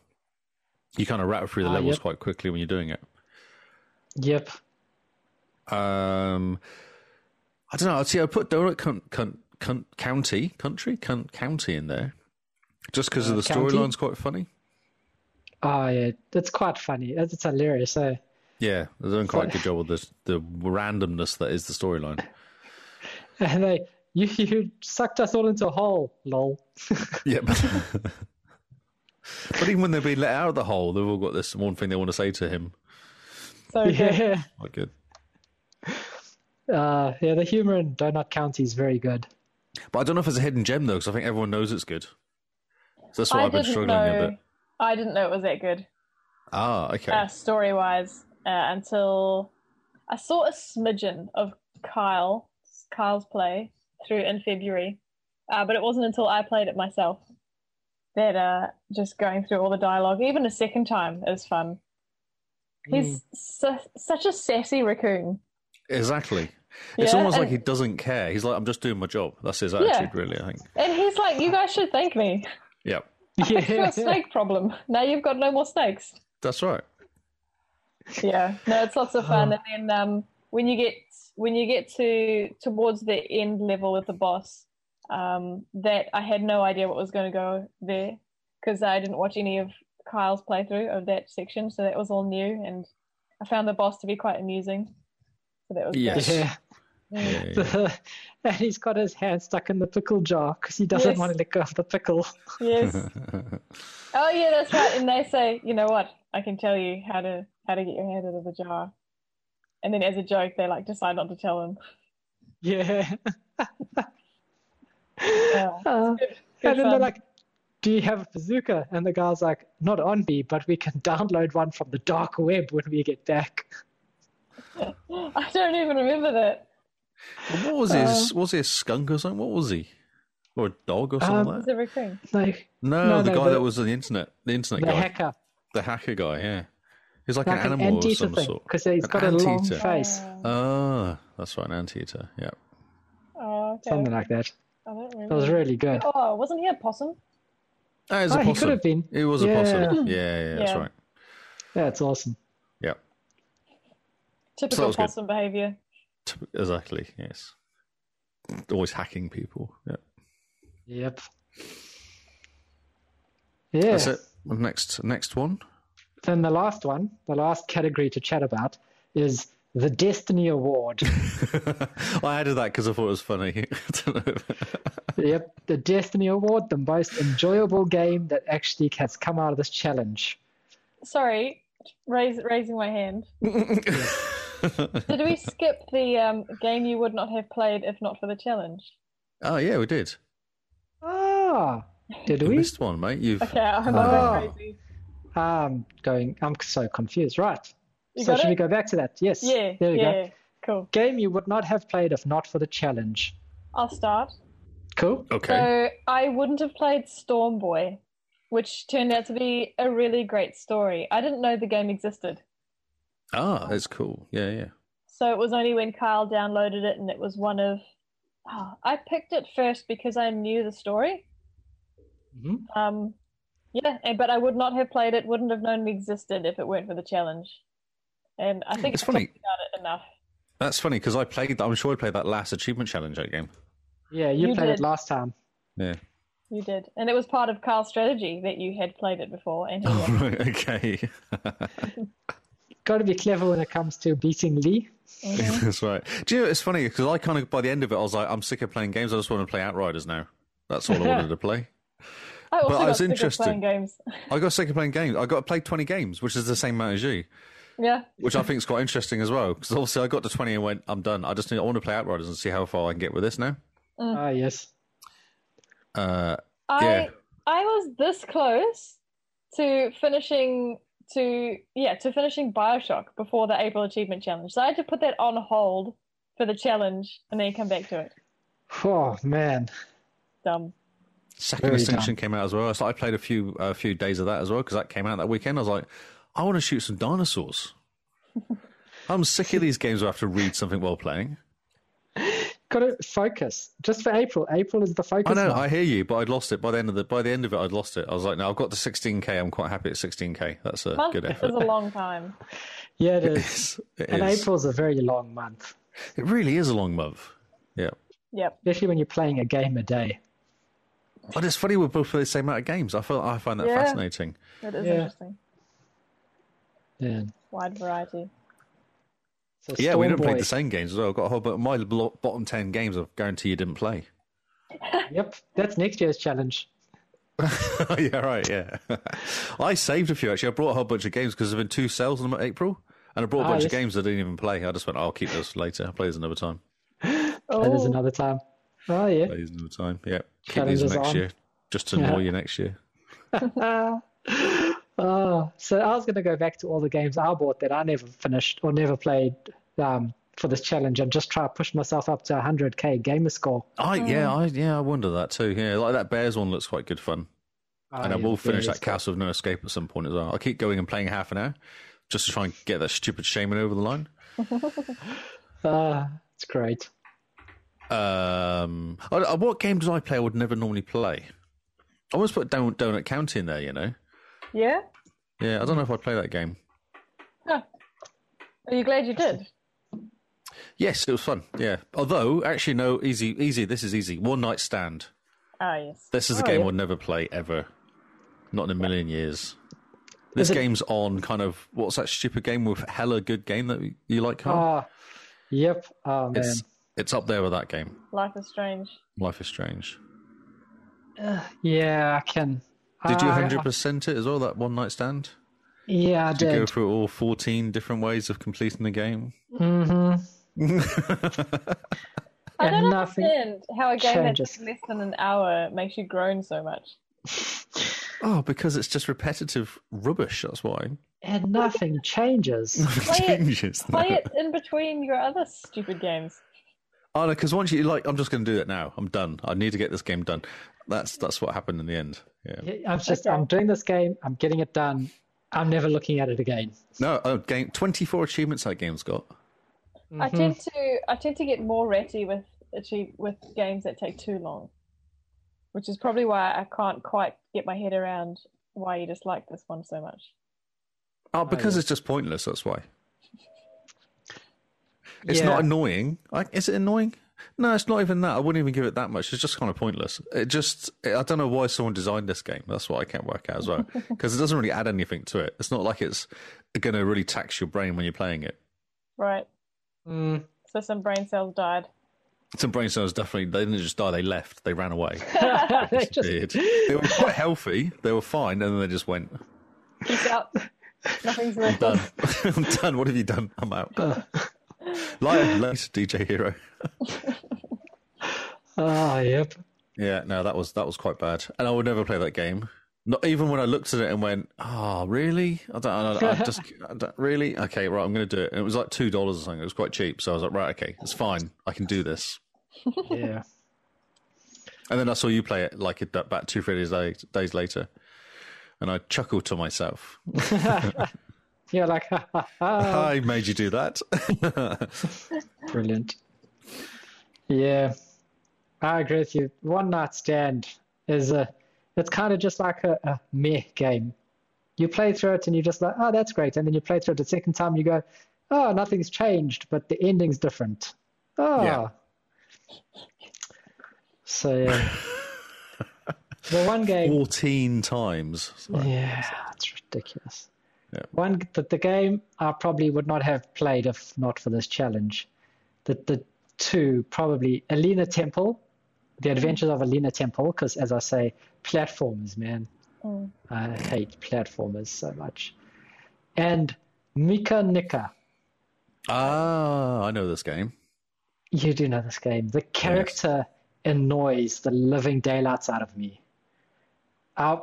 S1: You kind of rattle through the
S2: Ah,
S1: levels
S2: yep.
S1: quite quickly when you're doing it.
S2: Yep.
S1: Um, I don't know. See, I put Donut Cunt, Cunt, Cunt County, Country, Cunt County in there, just because
S2: Uh,
S1: of the
S2: county?
S1: storyline's quite funny.
S2: Oh, yeah. It's quite funny. It's, it's hilarious. Eh?
S1: Yeah, they're doing quite a
S2: So-
S1: good job with the the randomness that is the storyline.
S2: And they, you, you sucked us all into a hole, lol.
S1: yeah, but, but even when they're being let out of the hole, they've all got this one thing they want to say to him.
S3: So good.
S2: Yeah.
S1: Quite good.
S2: Uh, yeah, the humor in Donut County is very good.
S1: But I don't know if it's a hidden gem though, because I think everyone knows it's good. So that's why I
S3: I
S1: have been
S3: didn't
S1: struggling
S3: know.
S1: a bit.
S3: I didn't know it was that good
S1: Ah, okay.
S3: uh, story wise uh, until I saw a smidgen of Kyle Kyle's play through in February, uh, but it wasn't until I played it myself that uh, just going through all the dialogue, even a second time, is fun. He's
S1: Hmm.
S3: su- such a sassy raccoon.
S1: Exactly. It's
S3: Yeah,
S1: almost like
S3: and-
S1: he doesn't care. He's like, I'm just doing my job. That's his attitude,
S3: Yeah.
S1: really. I think.
S3: And he's like, you guys should thank me.
S1: Yeah,
S2: Mm.
S3: It's your snake problem. Now you've got no more snakes.
S1: that's right.
S3: yeah no it's lots of fun and then um when you get when you get to towards the end level with the boss um that i had no idea what was going to go there because i didn't watch any of kyle's playthrough of that section so that was all new and i found the boss to be quite amusing so that was great.
S1: Yes.
S2: Yeah.
S1: Yeah, yeah, yeah.
S2: and he's got his hand stuck in the pickle jar because he doesn't
S3: Yes.
S2: want to let go of the pickle.
S3: yes oh yeah that's right and they say you know what i can tell you how to how to get your hand out of the jar and then as a joke they like decide not to tell him
S2: Yeah.
S3: Yeah.
S2: Uh,
S3: Good
S2: and then they're
S3: fun.
S2: like, Do you have a bazooka? And the guy's like, Not on me, but we can download one from the dark web when we get back.
S3: i don't even remember that
S1: Well, what was
S3: Uh,
S1: his? was he a skunk or something? What was he? Or a dog or something
S2: Um,
S1: like
S3: It's
S1: that?
S3: a raccoon.
S2: Like,
S1: No,
S2: no,
S1: the
S2: no,
S1: guy
S2: the-
S1: that was on the internet, the internet
S2: the
S1: guy,
S2: hacker.
S1: the hacker guy. Yeah, he's like,
S2: Like
S1: an
S2: an
S1: animal of
S2: anteater
S1: some
S2: thing,
S1: sort.
S2: 'cause he's
S1: An
S2: got a long
S1: anteater.
S2: fa- Face.
S1: Ah, that's right, an anteater. Yeah.
S3: Oh, okay.
S2: Something like that.
S3: I don't
S2: That was
S3: remember.
S2: really good.
S3: Oh, wasn't he a possum?
S1: Oh, it's
S2: Oh,
S1: a
S2: he
S1: possum.
S2: could have been.
S1: It was a possum. Yeah,
S2: Yeah.
S1: yeah, that's
S3: Yeah.
S1: right.
S2: That's awesome.
S1: Yeah,
S3: Typical
S1: was good.
S3: possum behavior.
S1: T- exactly. Yes, always hacking people. Yeah,
S2: Yep. Yeah.
S1: that's it. Next, next one.
S2: Then the last one, the last category to chat about is the Destiny Award.
S1: I added that because I thought it was funny. I don't know.
S2: yep, the Destiny Award, the most enjoyable game that actually has come out of this challenge.
S3: Sorry, raise, raising my hand. Did we skip the um, game you would not have played if not for the challenge?
S1: oh yeah, we did.
S2: Ah, did
S1: You
S2: we?
S1: missed one, mate. You've
S3: Okay, I'm
S1: Ah.
S3: going crazy.
S2: Um, going. I'm so confused. Right.
S3: You
S2: so
S3: got
S2: should
S3: it?
S2: we go back to that? Yes.
S3: Yeah,
S2: There we
S3: yeah,
S2: go.
S3: yeah. cool.
S2: Game you would not have played if not for the challenge.
S3: I'll start.
S2: Cool.
S1: okay.
S3: So I wouldn't have played Storm Boy, which turned out to be a really great story. I didn't know the game existed.
S2: Uh,
S1: ah, it's cool. Yeah, yeah.
S3: So it was only when Kyle downloaded it and it was one of. ah, I picked it first because I knew the story.
S2: Mhm.
S3: Um, yeah, and, but I would not have played it, wouldn't have known it existed if it weren't for the challenge. And I think
S1: It's
S3: I talked
S1: funny.
S3: about it enough.
S1: That's funny because I played that. I'm sure I played that last achievement challenge that game.
S2: Yeah, you,
S3: You
S2: played it
S3: did.
S2: last time.
S1: Yeah.
S3: You did. And it was part of Kyle's strategy that you had played it before. And he
S1: Oh,
S3: won.
S1: right. Okay.
S2: Got to be clever when it comes to beating Lee.
S3: Mhm.
S1: That's right. Do you know, it's funny because I kind of, by the end of it, I was like, I'm sick of playing games. I just want to play Outriders now. That's all I wanted to play.
S3: I also
S1: But I
S3: got
S1: was
S3: sick of
S1: interested.
S3: playing games.
S1: I got sick of playing games. I got to play 20 games, which is the same amount as you,
S3: yeah.
S1: which I think is quite interesting as well. Because obviously I got to 20 and went, I'm done. I just need, I want to play Outriders and see how far I can get with this now.
S3: Mm.
S2: Ah, yes.
S1: Uh,
S3: I
S1: Yeah.
S3: I was this close to finishing to yeah to finishing Bioshock before the April Achievement Challenge. So I had to put that on hold for the challenge and then come back to it.
S2: Oh man.
S3: Dumb.
S1: Second
S2: Very
S1: Ascension came out as well. So I played a few a few days of that as well because that came out that weekend. I was like, I want to shoot some dinosaurs. I'm sick of these games where I have to read something while playing.
S2: Got to focus. Just for April. April is the focus.
S1: I know,
S2: month.
S1: I hear you, but I'd lost it by the end of the by the end of it. I'd lost it. I was like, no, I've got to 16k. I'm quite happy at 16k. That's a
S3: Month
S1: good
S3: is
S1: effort.
S3: a long time.
S2: Yeah, it
S1: It
S2: is.
S1: is. It,
S2: and
S1: is.
S2: April's a very long month,
S1: it really is a long month. Yeah,
S3: Yep.
S2: especially when you're playing a game a day.
S1: but it's funny we're both for the same amount of games. I feel I find that
S3: Yeah.
S1: fascinating.
S3: It is
S2: Yeah.
S3: interesting.
S2: Yeah.
S3: Wide variety.
S2: So
S1: yeah, we
S2: Storm
S1: didn't play
S2: Boy.
S1: the same games as well. I've got a whole, but my blo- bottom ten games, I guarantee you didn't play.
S2: Yep, that's next year's challenge.
S1: yeah, right. Yeah, I saved a few actually. I brought a whole bunch of games because there've been two sales in April, and I brought a
S2: Ah,
S1: bunch of
S2: yes.
S1: games I didn't even play. I just went, I'll keep those later. I'll play these another time.
S2: Oh. That is another time. Oh yeah.
S1: Play these another time. Yeah, keep
S2: Challenges
S1: these next
S2: on.
S1: year, just to annoy
S2: Yeah.
S1: you next year.
S2: Uh, Oh, so I was going to go back to all the games I bought that I never finished or never played um, for this challenge and just try to push myself up to 100k gamer score.
S1: I Oh, yeah, I yeah, I wonder that too. Yeah, like that Bears one looks quite good fun, and I
S2: yeah,
S1: will finish
S2: yeah,
S1: that Castle of No Escape at some point as well. I keep going and playing half an hour just to try and get that stupid shaman over the line.
S2: Ah, it's great.
S1: Um, I, I- what game did I play? I would never normally play. I almost put Don- Donut County in there, you know.
S3: Oh, Yeah?
S1: Yeah, I don't know if I'd play that game.
S3: Huh. Are you glad you did?
S1: Yes, it was fun. Yeah. Although, actually, no, easy, easy. This is easy. One night stand.
S3: Ah yes.
S1: This is a
S2: Oh,
S1: game
S2: yeah.
S1: I'll never play ever. Not in a million years. This
S2: Is it-
S1: game's on kind of what's that stupid game with hella good game that you like, Carl?
S2: Ah, yep. Oh man,
S1: it's it's up there with that game.
S3: Life is strange.
S1: Life is Strange.
S2: yeah, I can.
S1: Did you
S2: I-
S1: hundred percent it as well? That one night stand.
S2: Yeah, Ah, I
S1: Did you go
S2: did.
S1: through all fourteen different ways of completing the game?
S2: Mm-hmm.
S3: I
S2: And
S3: don't
S2: nothing
S3: understand how a game that's
S2: changes.
S3: less than an hour makes you groan so much.
S1: Oh, because it's just repetitive rubbish. That's why.
S2: And nothing changes.
S3: Play it-
S1: Changes.
S3: Play it in between your other stupid games.
S1: Oh no, because once you like, I'm just going to do it now. I'm done. I need to get this game done. That's that's what happened in the end. Yeah.
S2: Yeah, I'm just,
S3: Okay.
S2: I'm doing this game, I'm getting it done, I'm never looking at it again.
S1: No, oh, game 24 achievements that game's got. Oh,
S3: I
S2: Mm-hmm.
S3: tend to I tend to get more ratty with achieve with games that take too long. which is probably why I can't quite get my head around why you dislike this one so much.
S1: Oh, because
S2: yeah.
S1: it's just pointless. That's why. It's not
S2: Yeah.
S1: annoying. Like, is it annoying? No, it's not even that. I wouldn't even give it that much. It's just kind of pointless. It just, I don't know why someone designed this game. That's what I can't work out as well. Because it doesn't really add anything to it. It's not like it's going to really tax your brain when you're playing it.
S3: Right.
S2: Mm,
S3: So some brain cells died.
S1: Some brain cells definitely, they didn't just die, they left. They ran away.
S2: they
S1: It's
S2: just-
S1: weird. They were quite healthy. They were fine. And then they just went,
S3: Peace out. Nothing's
S1: I'm
S3: left.
S1: done. I'm done. What have you done? I'm out.
S2: uh,
S1: Light late, DJ Hero.
S2: ah, yep.
S1: Yeah, no, that was that was quite bad, and I would never play that game. Not even when I looked at it and went, "Oh, really? I don't, I, don't- I just I don't, really okay, right? I'm going to do it." And it was like two dollars or something. It was quite cheap, so I was like, "Right, okay, it's fine. I can do this."
S2: Yeah.
S1: And then I saw you play it like it- about two, three days, la- days later, and I chuckled to myself.
S2: You're like, ha, ha, ha.
S1: I made you do that.
S2: Brilliant. Yeah, I agree with you. One night stand is a, it's kind of just like a, a meh game. You play through it and you're just like, oh, that's great. And then you play through it the second time, you go, oh, nothing's changed, but the ending's different. Oh.
S1: Yeah.
S2: So, yeah. the one game.
S1: Fourteen times. Sorry.
S2: Yeah, it's ridiculous.
S1: Yeah.
S2: One the, the game I probably would not have played if not for this challenge. The the two probably Alina Temple, The Adventures of Alina Temple, because as I say, platformers, man,
S3: Mm.
S2: I hate platformers so much, and Mika Nika.
S1: Ah, I know this game.
S2: You do know this game. The character annoys the living daylights out of me. Uh,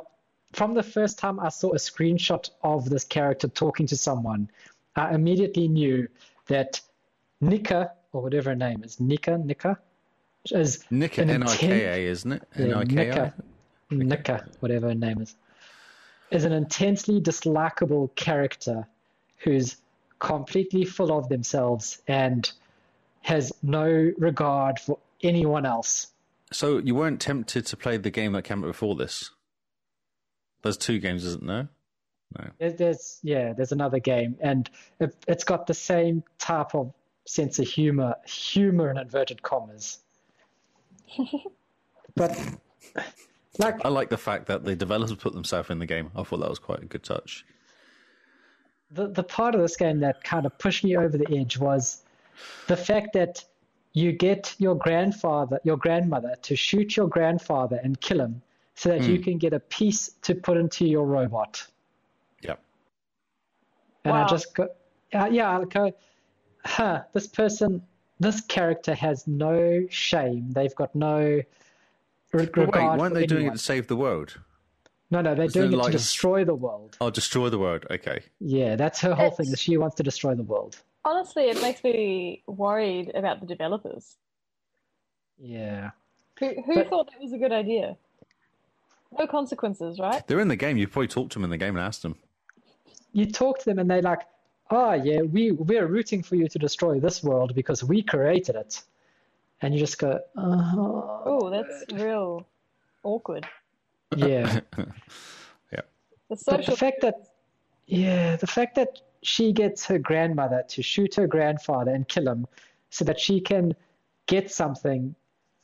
S2: from the first time I saw a screenshot of this character talking to someone, I immediately knew that Nika, or whatever her name is, Nika, Nika, is
S1: Nika,
S2: An
S1: N I K
S2: intent-
S1: A, isn't it?
S2: Yeah,
S1: N I K A.
S2: Nika. Nika, whatever her name is, is an intensely dislikable character who's completely full of themselves and has no regard for anyone else.
S1: So you weren't tempted to play the game that came out before this? There's two games, isn't there?
S2: There's, there's yeah, there's another game, and it, it's got the same type of sense of humor, humor in inverted commas. but like,
S1: I like the fact that the developers put themselves in the game. I thought that was quite a good touch.
S2: the, the part of this game that kind of pushed me over the edge was the fact that you get your grandfather, your grandmother, to shoot your grandfather and kill him so that
S1: Hmm.
S2: you can get a piece to put into your robot.
S1: Yep.
S2: And I
S3: Wow.
S2: just go, uh, yeah, I go, huh, this person, this character has no shame. They've got no re-
S1: But
S2: regard
S1: wait, weren't
S2: for
S1: they doing it
S2: anyone.
S1: to save the world?
S2: No, no, they're
S1: was there
S2: doing it to
S1: like-
S2: destroy the world.
S1: Oh, destroy the world. Okay.
S2: Yeah, that's her whole thing.
S3: It's-
S2: Is she wants to destroy the world.
S3: Honestly, it makes me worried about the developers.
S2: Yeah.
S3: Who, who
S2: But-
S3: thought that was a good idea? No consequences, right?
S1: They're in the game. You probably talked to them in the game and asked them.
S2: you talk to them and they're like, oh yeah, we we're rooting for you to destroy this world because we created it. And you just go, oh,
S3: Oh, that's real awkward.
S2: yeah.
S3: The
S2: But the
S3: social
S2: fact that yeah, the fact that she gets her grandmother to shoot her grandfather and kill him so that she can get something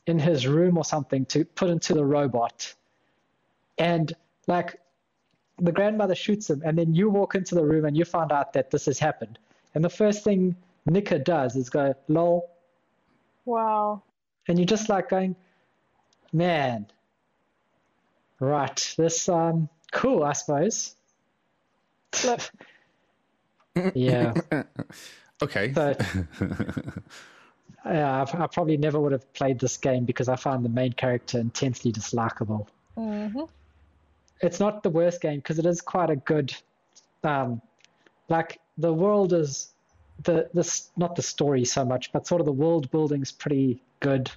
S2: in his room or something to put into the robot. And like the grandmother shoots him and then you walk into the room and you find out that this has happened. And the first thing Nika does is go, lol,
S3: wow.
S2: and you're just like going, man, right, this um cool, I suppose. yeah,
S1: Okay.
S2: so yeah, I, I probably never would have played this game because I found the main character intensely dislikable.
S3: hmm
S2: It's not the worst game because it is quite a good, um, like the world is the this not the story so much, but sort of the world building's pretty good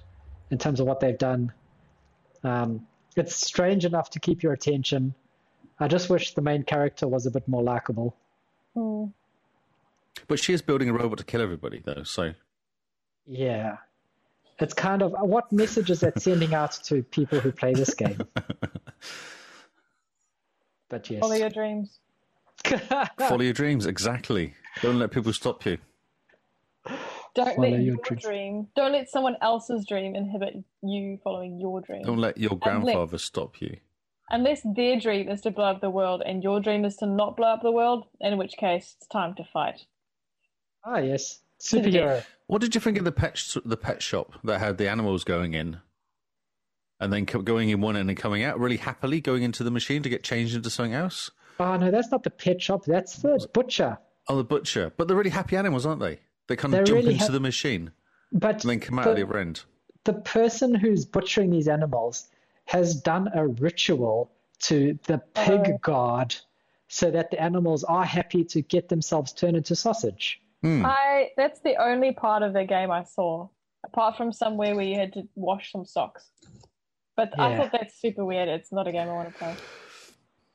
S2: in terms of what they've done. Um, it's strange enough to keep your attention. I just wish the main character was a bit more likable.
S3: Mm.
S1: but she is building a robot to kill everybody, though. So
S2: Yeah. It's kind of what message is that sending out to people who play this game? But yes,
S3: Follow your dreams.
S1: Follow your dreams, exactly. Don't let people stop you.
S3: Don't
S2: Follow
S3: let
S2: your
S3: your,
S2: dreams.
S3: dream. Don't let someone else's dream inhibit you following your dream.
S1: Don't let your grandfather stop you.
S3: Unless their dream is to blow up the world and your dream is to not blow up the world, in which case it's time to fight.
S2: ah yes, superhero.
S1: What did you think of the pet sh- the pet shop that had the animals going in, and then co- going in one end and coming out really happily, going into the machine to get changed into something else?
S2: Oh no, that's not the pet shop. That's the butcher.
S1: Oh, the butcher! But they're really happy animals, aren't they? They kind of
S2: They're
S1: jump
S2: really
S1: into
S2: hap-
S1: the machine
S2: But
S1: and then come out
S2: the,
S1: the other end.
S2: the person who's butchering these animals has done a ritual to the pig god so that the animals are happy to get themselves turned into sausage.
S1: Hmm.
S3: I that's the only part of the game I saw, apart from somewhere where you had to wash some socks. But I
S2: Yeah.
S3: thought that's super weird. It's not a game I want to play.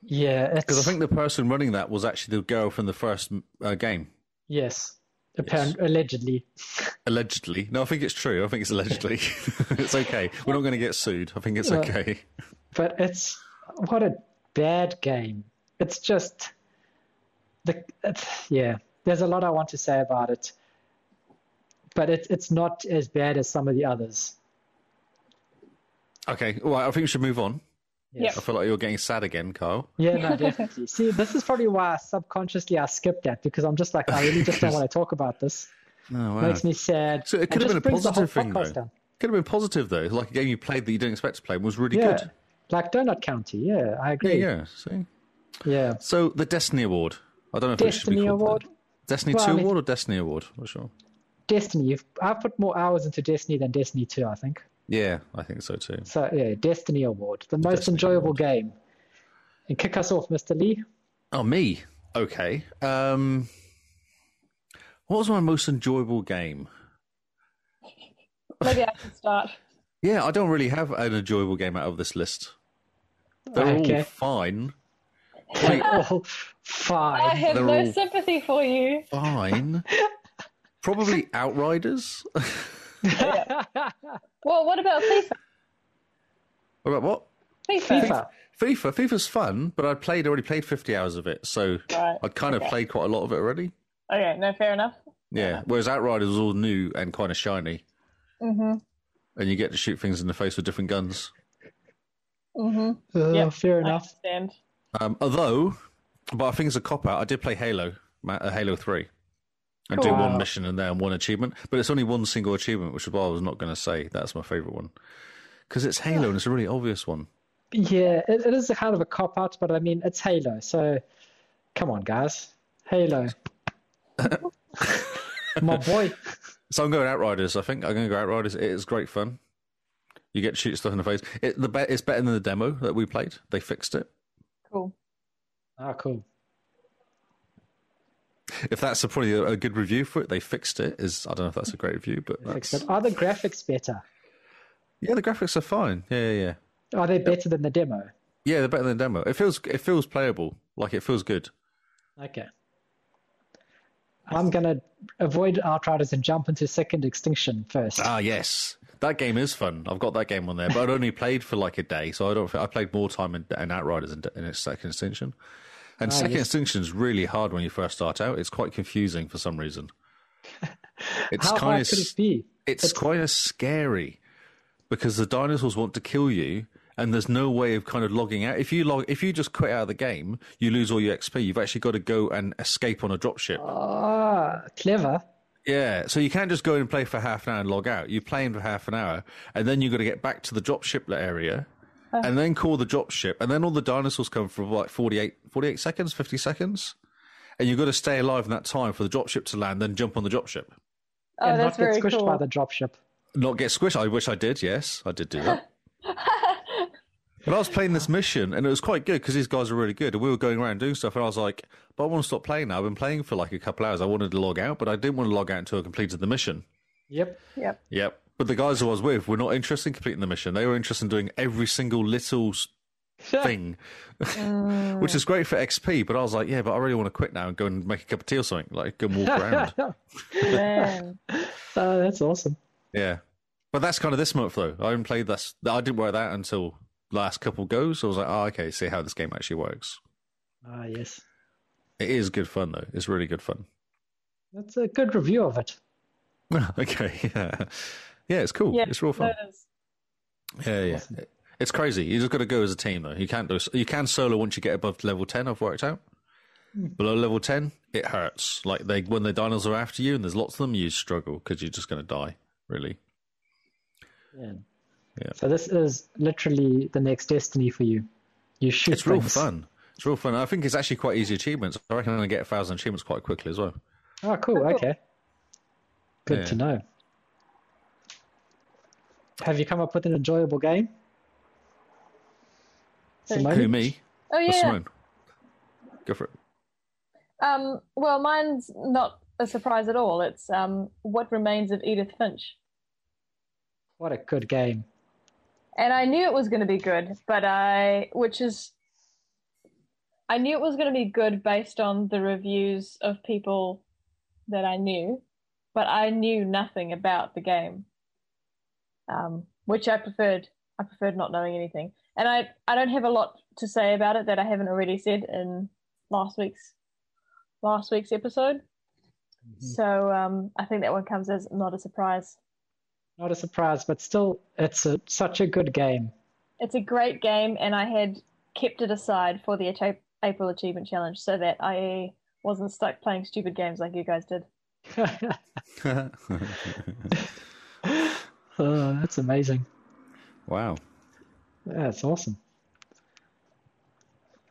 S2: Yeah, it's,
S1: Because I think the person running that was actually the girl from the first uh, game,
S2: yes, apparent, allegedly.
S1: allegedly. No, I think it's true. I think it's allegedly. it's okay. We're not going to get sued. I think it's
S2: Yeah.
S1: okay.
S2: But it's what a bad game. It's just the it's, yeah. There's a lot I want to say about it, but it's it's not as bad as some of the others.
S1: Okay. Well, I think we should move on.
S3: Yes.
S1: I feel like you're getting sad again, Kyle.
S2: Yeah, no, definitely. See, this is probably why I subconsciously I skipped that because I'm just like, I really just don't want to talk about this.
S1: Oh, wow.
S2: Makes me sad.
S1: So it could have
S2: And just
S1: been a
S2: brings the whole
S1: positive thing, though.
S2: podcast down.
S1: Could have been positive though, like a game you played that you didn't expect to play and was really
S2: Yeah,
S1: good.
S2: like Donut County. Yeah, I
S1: Yeah,
S2: agree.
S1: yeah. See?
S2: yeah.
S1: So the Destiny Award. I don't know if it should be
S2: Destiny
S1: called
S2: Award.
S1: that. Destiny
S2: Well, I
S1: Two
S2: mean-
S1: Award or Destiny Award. Not sure.
S2: Destiny. You've, I've put more hours into Destiny than Destiny 2, I think.
S1: Yeah, I think so too.
S2: So, yeah, Destiny Award, the most
S1: Destiny
S2: enjoyable game. And kick us off, Mr. Lee.
S1: Oh me. Okay. Um, what was my most enjoyable game?
S3: Maybe I can start.
S1: Yeah, I don't really have an enjoyable game out of this list. They're all
S2: Okay.
S1: fine.
S2: They're
S1: Wait,
S2: all
S3: I
S2: fine.
S3: have
S1: They're
S3: no
S1: all-
S3: sympathy for you.
S1: fine. Probably Outriders.
S3: Well, what about FIFA?
S1: what about what?
S3: FIFA.
S2: FIFA.
S1: FIFA, FIFA's fun, but I played already played fifty hours of it, so
S3: Right,
S1: I'd kind of
S3: okay.
S1: played quite a lot of it already.
S3: Okay, no, fair enough.
S1: Yeah. Whereas Outriders was all new and kind of shiny,
S3: Mm-hmm.
S1: and you get to shoot things in the face with different guns.
S3: Mm-hmm.
S2: Uh,
S3: Yep.
S2: Fair
S3: I
S2: enough.
S3: understand.
S1: Um, although, but I think it's a cop out. I did play Halo, Ma- uh, Halo Three, and do
S3: Cool.
S1: one
S2: Wow.
S1: mission in there and one achievement. But it's only one single achievement, which is why I was not going to say that's my favorite one because it's Halo and it's a really obvious one.
S2: Yeah, it, it is a kind of a cop out, but I mean, it's Halo. So come on, guys. Halo. My boy.
S1: So I'm going Outriders. I think I'm going to go Outriders. It is great fun. You get to shoot stuff in the face. It, the bet it's better than the demo that we played. They fixed it.
S3: Cool.
S2: Oh, cool.
S1: If that's a, probably a, a good review for it, they fixed it. Is I don't know if that's a great review, but
S2: Fix
S1: that's,
S2: it. Are the graphics better?
S1: yeah, the graphics are fine. Yeah, yeah, yeah.
S2: Are they better than the demo?
S1: Yeah, they're better than the demo. It feels it feels playable. Like it feels good.
S2: Okay. I'm going to avoid Outriders and jump into Second Extinction first.
S1: Ah, yes, that game is fun. I've got that game on there, but I'd only played for like a day, so I don't. think- I played more time in, in Outriders in, in its Second Extinction. And Second
S2: Ah, yes.
S1: Extinction's really hard when you first start out. It's quite confusing for some reason. It's
S2: How
S1: kind
S2: hard
S1: of
S2: could it be?
S1: it's, quite a scary because the dinosaurs want to kill you and there's no way of kind of logging out if you log if you just quit out of the game you lose all your xp you've actually got to go and escape on a dropship
S2: Ah, clever.
S1: yeah so you can't just go and play for half an hour and log out you're playing for half an hour and then you've got to get back to the dropship area and then call the dropship and then all the dinosaurs come for like 48 48 seconds 50 seconds and you've got to stay alive in that time for the dropship to land then jump on the dropship
S3: Oh,
S2: and
S3: that's
S2: not get
S3: very
S2: squished
S3: cool.
S2: by the dropship.
S1: not get squished. I wish I did. Yes, I did do that. but I was playing this mission, and it was quite good because these guys are really good. And we were going around doing stuff, and I was like, "But I want to stop playing now. I've been playing for like a couple hours. I wanted to log out, but I didn't want to log out until I completed the mission."
S2: Yep.
S3: Yep.
S1: Yep. But the guys who I was with were not interested in completing the mission. They were interested in doing every single little s- thing,
S3: Mm,
S1: which is great for XP. But I was like, "Yeah, but I really want to quit now and go and make a cup of tea or something. Like, go and walk around."
S2: oh,
S3: Man.
S2: that's Ah, awesome.
S1: Yeah. But that's kind of this month though. I haven't played this. I didn't wear that until last couple goes. So I was like, oh, okay, see how this game actually works.
S2: Ah, yes.
S1: It is good fun though. It's really good fun.
S2: That's a good review of it.
S1: okay, yeah, yeah, it's cool.
S3: Yeah,
S1: it's real fun.
S3: that is-
S1: Yeah, yeah.
S2: Awesome.
S1: It's crazy. You just got to go as a team though. You can't do. You can solo once you get above level ten. I've worked out. Below level ten, it hurts. Like they when the dinos are after you, and there's lots of them, you struggle because you're just going to die. Really.
S2: Yeah.
S1: Yeah.
S2: So this is literally the next destiny for you. You shoot.
S1: It's real
S2: things.
S1: fun. It's real fun. I think it's actually quite easy achievements. I reckon I'm going to get a thousand achievements quite quickly as well.
S2: Oh, cool. Okay. Good
S1: Yeah.
S2: to know. Have you come up with an enjoyable game?
S3: Sorry.
S2: Simone?
S1: Who me?
S3: Oh
S1: Or
S3: yeah.
S1: Simone? Go for it.
S3: Um, well, mine's not a surprise at all. It's um, what remains of Edith Finch,
S2: What a good game.
S3: and I knew it was going to be good, but I, which is, I knew it was going to be good based on the reviews of people that I knew, but I knew nothing about the game, um, which I preferred. I preferred not knowing anything, and I, I don't have a lot to say about it that I haven't already said in last week's last week's episode. So um, I think that one comes as not a surprise.
S2: Not a surprise, but still, it's a, such a good game.
S3: It's a great game, and I had kept it aside for the Ata- April Achievement Challenge so that I wasn't stuck playing stupid games like you guys did.
S2: Oh, that's amazing.
S1: wow.
S2: Yeah, That's awesome.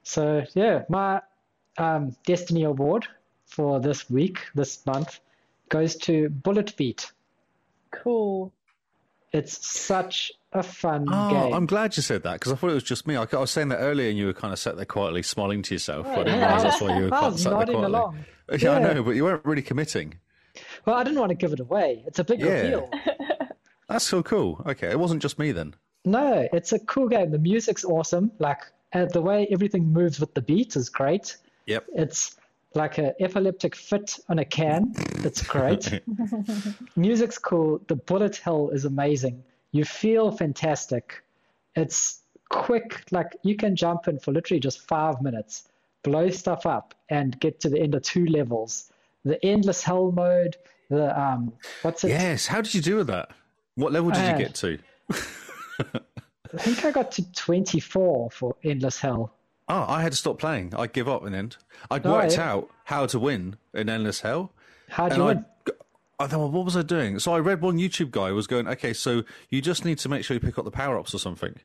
S2: So yeah, my um, Destiny award for this week, this month, goes to Bullet Beat.
S3: Cool.
S2: It's such a fun
S1: Oh,
S2: game.
S1: I'm glad you said that because I thought it was just me. I, I was saying that earlier, and you were kind of sat there quietly smiling to yourself. I didn't
S2: Yeah,
S1: realize
S2: I
S1: that's why you were
S2: I
S1: quite
S2: was
S1: sat there
S2: nodding
S1: quietly.
S2: along.
S1: Yeah, I
S2: Yeah.
S1: know, but you weren't really committing.
S2: Well, I didn't want to give it away. It's a big
S1: Yeah.
S2: reveal.
S1: That's so cool. Okay, it wasn't just me then.
S2: No, it's a cool game. The music's awesome. Like uh, the way everything moves with the beat is great.
S1: Yep.
S2: It's like an epileptic fit on a can. It's great. Music's cool. The bullet hell is amazing. You feel fantastic. It's quick. Like you can jump in for literally just five minutes, blow stuff up, and get to the end of two levels. The endless hell mode. The um, what's it?
S1: yes. How did you do with that? What level did
S2: Uh,
S1: you get to?
S2: I think I got to 24 for endless hell.
S1: Oh, I had to stop playing. I give up in the end. I'd
S2: Oh,
S1: worked
S2: yeah.
S1: out how to win in Endless Hell.
S2: How'd
S1: And
S2: you
S1: I,
S2: win?
S1: I thought, well, what was I doing? So I read one YouTube guy was going, okay, so you just need to make sure you pick up the power ups or something.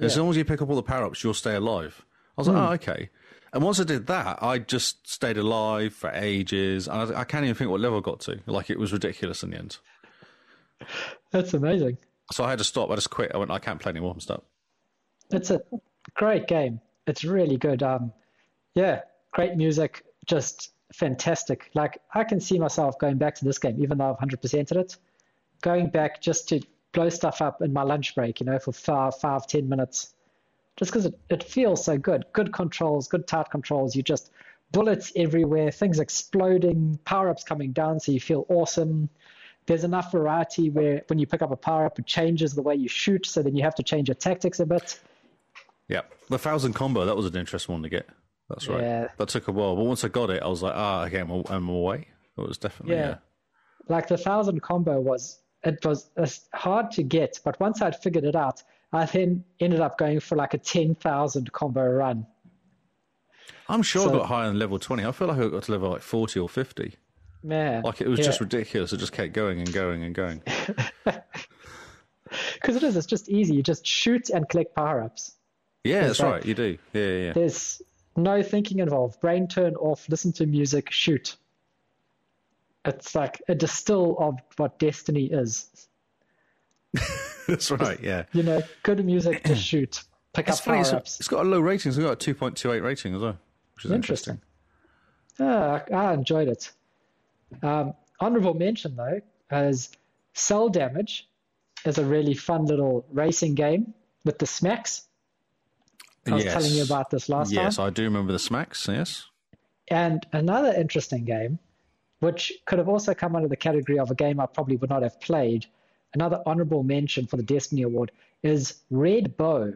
S1: As long as you pick up all the power ups, you'll stay alive. I was
S2: Hmm.
S1: like, oh, okay. And once I did that, I just stayed alive for ages. And I, was- I can't even think what level I got to. Like, it was ridiculous in the end.
S2: That's amazing.
S1: So I had to stop. I just quit. I went, I can't play anymore. I'm stuck.
S2: It's a great game. It's really good. Um, yeah, great music, just fantastic. Like I can see myself going back to this game, even though I've hundred percented it. Going back just to blow stuff up in my lunch break, you know, for five, five, ten minutes, just because it, it feels so good. Good controls, good tight controls. You just bullets everywhere, things exploding, power ups coming down, so you feel awesome there's enough variety where when you pick up a power up, it changes the way you shoot. So then you have to change your tactics a bit.
S1: Yeah. The thousand combo, that was an interesting one to get. That's right.
S2: Yeah.
S1: That took a while. But once I got it, I was like, ah, okay, I'm, I'm away. It was definitely,
S2: Yeah.
S1: yeah.
S2: Like the thousand combo was, it was uh, hard to get, but once I'd figured it out, I then ended up going for like a 10,000 combo run.
S1: I'm sure
S2: So-
S1: I got higher than level 20. I feel like I got to level like 40 or 50.
S2: Man.
S1: Like it was just ridiculous. It just kept going and going and going.
S2: Because it is, it's just easy. You just shoot and collect power ups.
S1: Yeah, that's
S2: like-
S1: right. You do. Yeah, yeah. yeah.
S2: There's no thinking involved. Brain turn off, listen to music, shoot. It's like a distill of what Destiny is.
S1: that's right. Yeah.
S2: You know, good music to shoot, pick
S1: It's
S2: up
S1: funny.
S2: power
S1: It's,
S2: ups.
S1: it's got a low rating. It's got a 2.28 rating as well, which is interesting.
S2: Interesting. Yeah, Ah, I, I enjoyed it. Um, honorable mention though is Cell Damage is a really fun little racing game with the smacks. I was telling you
S1: Yes.
S2: about this last
S1: Yes,
S2: time.
S1: I do remember the smacks. Yes.
S2: And another interesting game, which could have also come under the category of a game I probably would not have played, another honorable mention for the Destiny Award is Red Bow.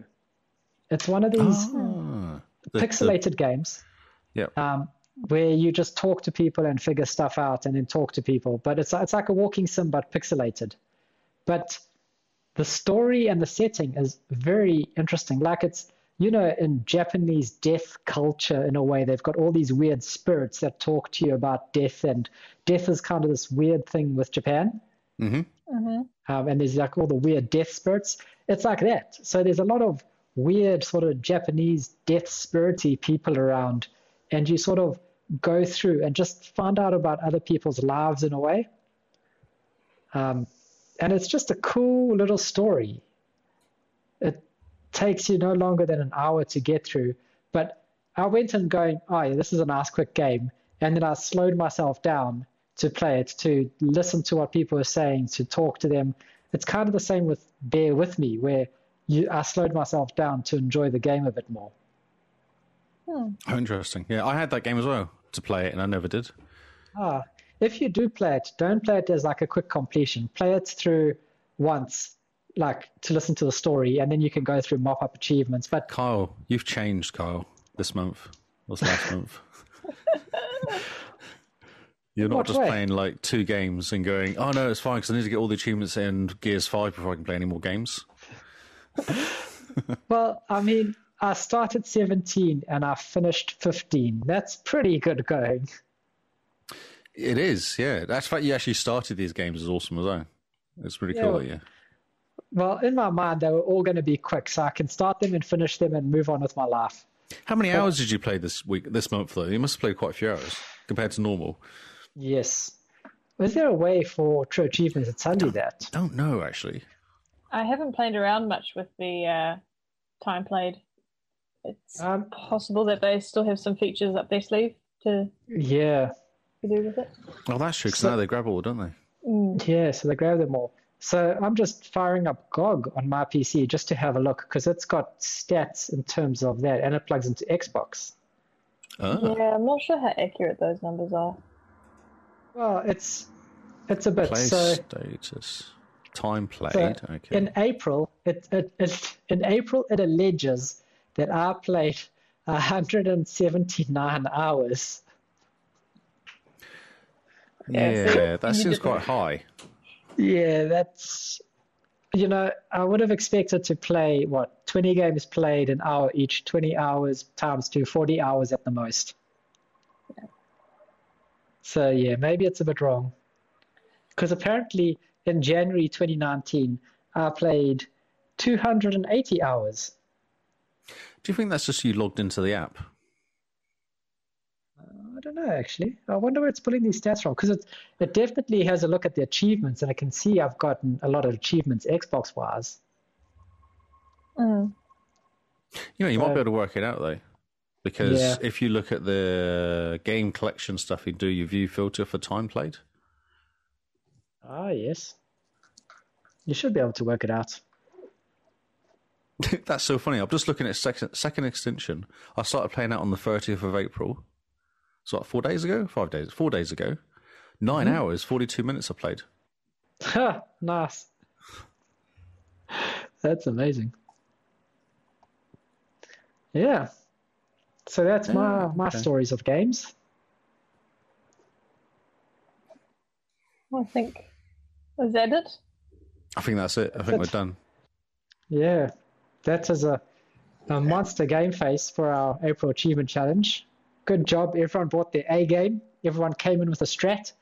S2: It's one of these
S1: Ah, the- the-
S2: pixelated games
S1: Yep.
S2: um, where you just talk to people and figure stuff out and then talk to people. But it's, it's like a walking sim, but pixelated. But the story and the setting is very interesting. Like it's, you know, in Japanese death culture, in a way, they've got all these weird spirits that talk to you about death, and death is kind of this weird thing with Japan
S1: Mhm.
S2: um, and there's like all the weird death spirits. It's like that. So there's a lot of weird sort of Japanese death spirity people around, and you sort of go through and just find out about other people's lives in a way. Um, and it's just a cool little story. It takes you no longer than an hour to get through, but I went in going, oh, yeah, this is a nice quick game. And then I slowed myself down to play it, to listen to what people are saying, to talk to them. It's kind of the same with Bear With Me, where you, I slowed myself down to enjoy the game a bit more.
S1: Oh, interesting. Yeah, I had that game as well to play it, and I never did.
S2: Ah, if you do play it, don't play it as like a quick completion. Play it through once, like to listen to the story, and then you can go through mop up achievements. But
S1: Kyle, you've changed, Kyle, this month. Was last month. You're not
S2: What
S1: just
S2: way?
S1: playing like two games and going, oh no, it's fine because I need to get all the achievements in Gears 5 before I can play any more games.
S2: Well, I mean, I started 17 and I finished 15. That's pretty good going.
S1: It is, yeah. That's fact you actually started these games is awesome as well. It's pretty cool, yeah.
S2: Well, in my mind, they were all going to be quick, so I can start them and finish them and move on with my life.
S1: How many hours did you play this week, this month though? You must have played quite a few hours compared to normal.
S2: Yes. Is there a way for True Achievements at Sunday that?
S1: Don't know actually.
S3: I haven't played around much with the uh, time played. It's
S2: Um,
S3: possible that they still have some features up their sleeve to,
S2: yeah.
S3: to do with it.
S1: Oh, that's true because
S2: So-
S1: now they grab all, don't they?
S3: Mm.
S2: Yeah, so they grab them all. So I'm just firing up GOG on my PC just to have a look because it's got stats in terms of that and it plugs into Xbox.
S1: Oh,
S3: Yeah, I'm not sure how accurate those numbers are.
S2: Well, it's it's a bit.
S1: play
S2: so
S1: status, time played.
S2: So
S1: okay.
S2: In April, it, it, it, in April, it alleges that uh, I played 179 hours.
S1: Yeah,
S3: Yeah, so-
S1: that seems quite high.
S2: Yeah, that's, you know, I would have expected to play, what, 20 games played an hour each, 20 hours times two, 40 hours at the most. So, yeah, maybe it's a bit wrong. Because apparently in January 2019, I played 280 hours.
S1: Do you think that's just you logged into the app?
S2: I don't know actually. I wonder where it's pulling these stats from because it it definitely has a look at the achievements, and I can see I've gotten a lot of achievements Xbox wise.
S3: Mm.
S1: You know, you might
S2: Uh,
S1: be able to work it out though, because
S2: Yeah.
S1: if you look at the game collection stuff, you do your view filter for time played.
S2: Ah yes, you should be able to work it out.
S1: that's so funny. I'm just looking at second, second extension. I started playing that on the 30th of April. So like four days ago, five days, four days ago. 9 hours, 42 minutes I played.
S2: Ha! nice. That's amazing. Yeah. So that's my my stories of games.
S3: I think is that it.
S1: I think that's it. I think we're done.
S2: Yeah, that is a, a monster game face for our April Achievement Challenge. Good job. Everyone bought their A game. Everyone came in with a strat.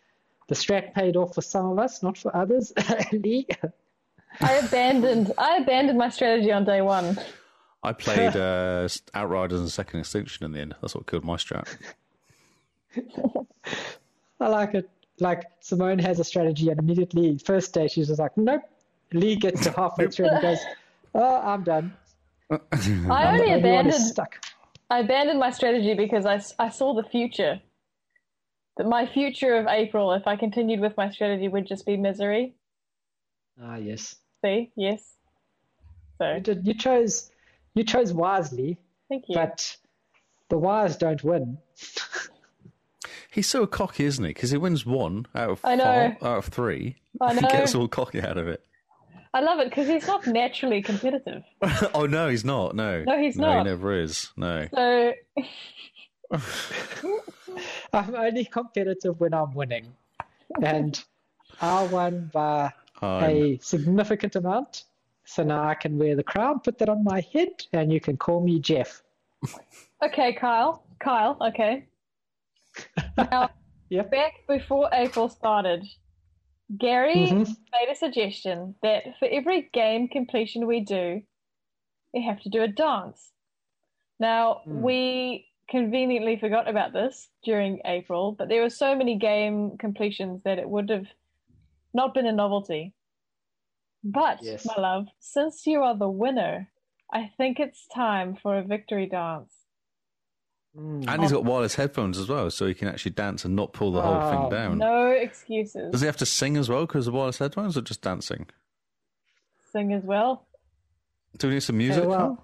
S2: The strat paid off for some of us, not for others. Lee.
S3: I abandoned. I abandoned my strategy on day one.
S1: I played uh, Outriders and Second Extinction in the end. That's what killed my strat.
S2: I like it. Like Simone has a strategy, and immediately, first day, she's just like, nope. Lee gets to halfway through and goes, oh, I'm done.
S3: I
S2: Everyone
S3: only
S2: is
S3: abandoned.
S2: stuck.
S3: I abandoned my strategy because I, s- I saw the future. That my future of April, if I continued with my strategy, would just be misery.
S2: Ah, yes.
S3: See, yes.
S2: You,
S3: So
S2: did, you chose, you chose wisely,
S3: thank you.
S2: but the wise don't win.
S1: He's so cocky, isn't he? Because he wins one out of
S3: I know.
S1: five, out of three.
S3: I
S1: He
S3: know.
S1: gets all cocky out of it.
S3: I love it because he's not naturally competitive.
S1: oh no, he's not. No,
S3: No, he's
S1: He
S3: not.
S1: never is. No.
S3: So
S2: I'm only competitive when I'm winning. And I won by
S1: I'm-
S2: a significant amount. So now I can wear the crown, put that on my head, and you can call me Jeff.
S3: okay, Kyle, Kyle, okay. Now,
S2: Yep.
S3: back before April started, Gary
S2: Mhm.
S3: made a suggestion that for every game completion we do, we have to do a dance. Now,
S2: Hmm.
S3: we conveniently forgot about this during April, but there were so many game completions that it would have not been a novelty. But,
S2: Yes.
S3: my love, since you are the winner, I think it's time for a victory dance. Mm.
S1: and he's got wireless headphones as well, so he can actually dance and not pull the whole
S2: Oh,
S1: thing down.
S3: No excuses.
S1: Does he have to sing as well because the wireless headphones, or just dancing?
S3: Sing as well.
S1: Do we need some
S3: Oh,
S1: music?
S2: well,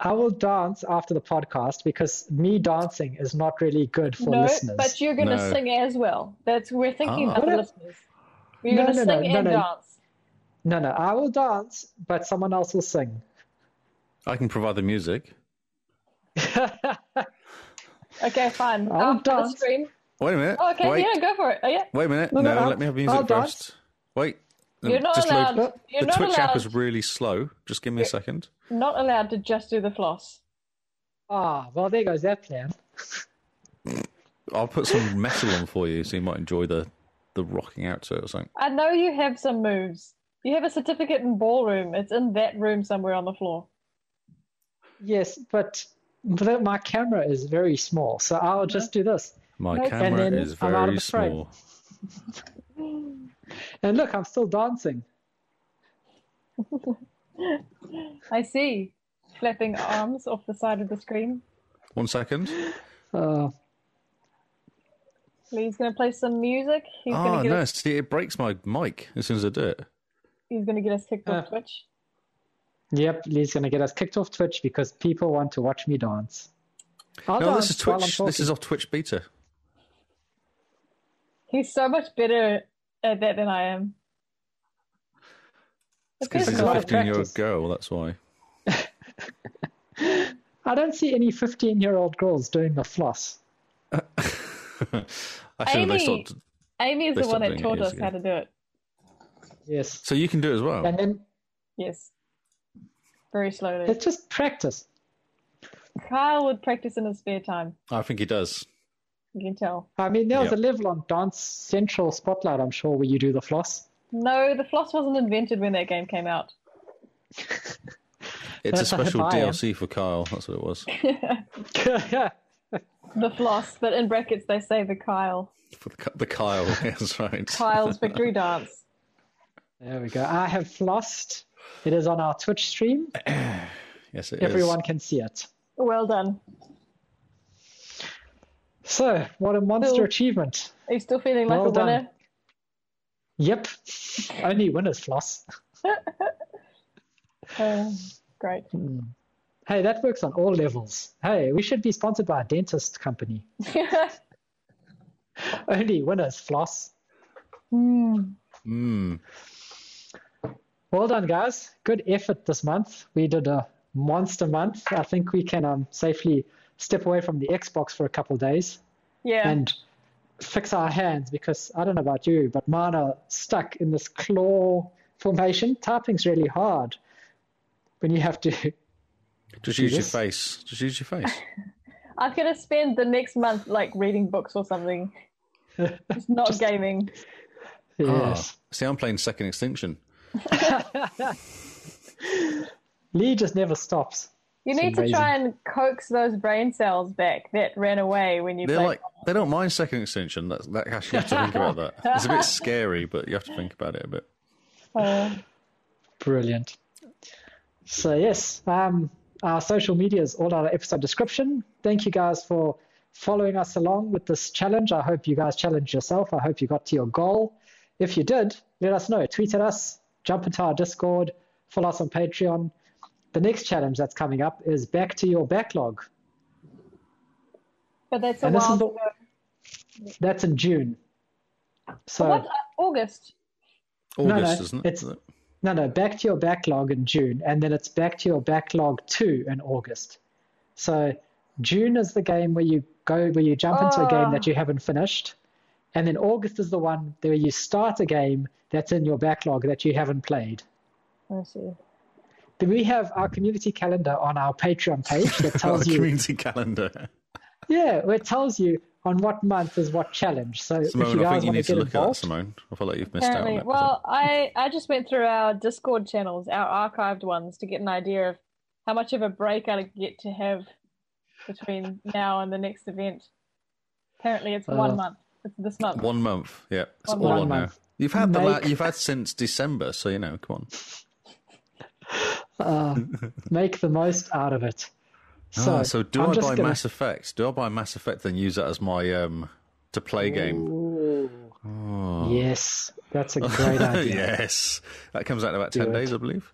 S2: I will dance after the podcast because me dancing is not really good for
S3: no,
S2: listeners.
S3: but you're going to
S1: No.
S3: sing as well. That's we're thinking
S1: Ah.
S3: about the
S2: What if-
S3: listeners. You're
S2: No,
S3: going to
S2: no, no,
S3: sing
S2: no,
S3: and
S2: no.
S3: dance.
S2: No, no, I will dance, but someone else will sing.
S1: I can provide the music.
S3: Okay, fine.
S2: I'll
S3: After the
S2: dance.
S3: stream.
S1: Wait a minute.
S3: Oh, okay,
S1: Wait.
S3: yeah, go for it. Oh, yeah.
S1: Wait a minute.
S2: No,
S1: No,
S2: no, I'll-
S1: let me have
S2: I'll
S1: music
S2: dance.
S1: first. Wait.
S3: You're not
S1: just
S3: allowed.
S1: Load.
S3: You're
S1: the
S3: not
S1: Twitch
S3: allowed.
S1: app is really slow. Just give me a second.
S3: Not allowed to just do the floss.
S2: Ah, well, there goes that plan.
S1: I'll put some metal on for you, so you might enjoy the the rocking out to it or something.
S3: I know you have some moves. You have a certificate in ballroom. It's in that room somewhere on the floor.
S2: Yes, but the, my camera is very small, so I'll just do this.
S1: My
S3: Okay.
S1: camera
S2: And then
S1: is
S2: I'm out
S1: very
S2: of the frame.
S1: small.
S2: And look, I'm still dancing.
S3: I see. Flapping arms off the side of the screen.
S1: One second.
S2: Uh,
S3: Lee's going to play some music. He's
S1: Ah,
S3: going to get
S1: no,
S3: us,
S1: see, it breaks my mic as soon as I do it.
S3: he's going to get us kicked off
S2: Uh.
S3: Twitch.
S2: yep, Lee's gonna get us kicked off Twitch because people want to watch me dance. I'll
S1: no,
S2: dance
S1: this is
S2: while I'm
S1: Twitch. This
S2: talking.
S1: is off Twitch beta.
S3: He's so much better at that than I am.
S1: It's
S3: There's
S1: because he's
S2: a
S1: a
S2: lot of
S1: 15 year old
S2: practice.
S1: girl, that's why.
S2: I don't see any 15 year old girls doing the floss.
S1: I should have they
S3: Amy.
S1: stopped.
S3: Amy is
S1: They
S3: the
S1: stopped
S3: one that
S1: doing it
S3: taught
S1: years
S3: us how to do it.
S2: Yes.
S1: So you can do it as well.
S2: And then
S3: Yes. Very slowly.
S2: it's just practice.
S3: Kyle would practice in his spare time.
S1: I think he does.
S3: You can tell.
S2: I mean, there was
S1: Yep.
S2: a level on Dance Central Spotlight, I'm sure, where you do the floss.
S3: No, the floss wasn't invented when that game came out.
S1: It's
S2: That's
S1: a
S2: a
S1: special
S2: buy-in.
S1: DLC for Kyle. That's what it was.
S3: The floss, but in brackets they say the Kyle.
S1: For the, the Kyle. That's right.
S3: Kyle's victory dance.
S2: There we go. I have flossed. It is on our Twitch stream.
S1: Yes, it is.
S2: Everyone can see it.
S3: Well done.
S2: So, what a monster
S3: Cool.
S2: achievement.
S3: Are you still feeling like
S2: Well
S3: a winner?
S2: Yep. Only winners floss.
S3: Oh, great.
S2: Hey, that works on all levels. Hey, we should be sponsored by a dentist company. Only winners floss.
S3: Hmm.
S1: Mm.
S2: Well done, guys. Good effort this month. We did a monster month. I think we can um, safely step away from the Xbox for a couple days
S3: Yeah.
S2: and fix our hands because I don't know about you, but mine are stuck in this claw formation. Typing's really hard when you have to.
S1: Just use your
S2: this?
S1: face. Just use your face.
S3: I'm gonna spend the next month like reading books or something. It's not gaming.
S2: Yes.
S1: Ah, see, I'm playing Second Extinction.
S2: Lee just never stops.
S3: You
S2: It's
S3: need to try and coax those brain cells back that ran away when you
S1: They're
S3: played.
S1: like, they don't mind Second Extinction. That's, that actually, you have to think about that. It's a bit scary, but you have to think about it a bit.
S3: Oh,
S2: Brilliant. So yes, um, our social media is all in our episode description. Thank you guys for following us along with this challenge. I hope you guys challenged yourself. I hope you got to your goal. If you did, let us know. Tweet at us, jump into our Discord, follow us on Patreon. The next challenge that's coming up is back to your backlog.
S3: but that's a
S2: And this
S3: while
S2: is the-
S3: ago.
S2: That's in June. So
S3: What? uh, August?
S1: August,
S2: no,
S1: isn't it?
S2: it's-
S1: Is it?
S2: No, no, back to your backlog in June, and then it's back to your backlog two in August. So June is the game where you go where you jump into a game
S1: Ah.
S2: that you haven't finished, and then August is the one where you start a game that's in your backlog that you haven't played.
S3: I see.
S2: Then we have our community calendar on our Patreon page that tells
S1: the
S2: you
S1: community calendar.
S2: Yeah, where it tells you on what month is what challenge. So if
S1: Simone,
S2: you
S1: I think
S2: guys
S1: you
S2: want to
S1: need to
S2: get
S1: look at that,
S2: involved,
S1: Simone. I feel like you've missed out on
S3: Apparently,
S1: that.
S3: well, I I just went through our Discord channels, our archived ones, to get an idea of how much of a break I get to have between now and the next event. Apparently, it's
S2: Uh,
S3: one month. It's this month.
S1: One month. Yeah, it's
S3: One
S1: all
S2: month.
S1: on now.
S2: Month.
S1: You've had the la-
S2: Make-
S1: you've had since December, so you know. Come on.
S2: uh, make the most out of it. So,
S1: ah, so do
S2: I'm
S1: I
S2: just
S1: buy
S2: gonna-
S1: Mass Effect? Do I buy Mass Effect then use that as my um to play game?
S2: Ooh. Yes, that's a great idea.
S1: yes, that comes out in about ten
S2: it.
S1: days, I believe.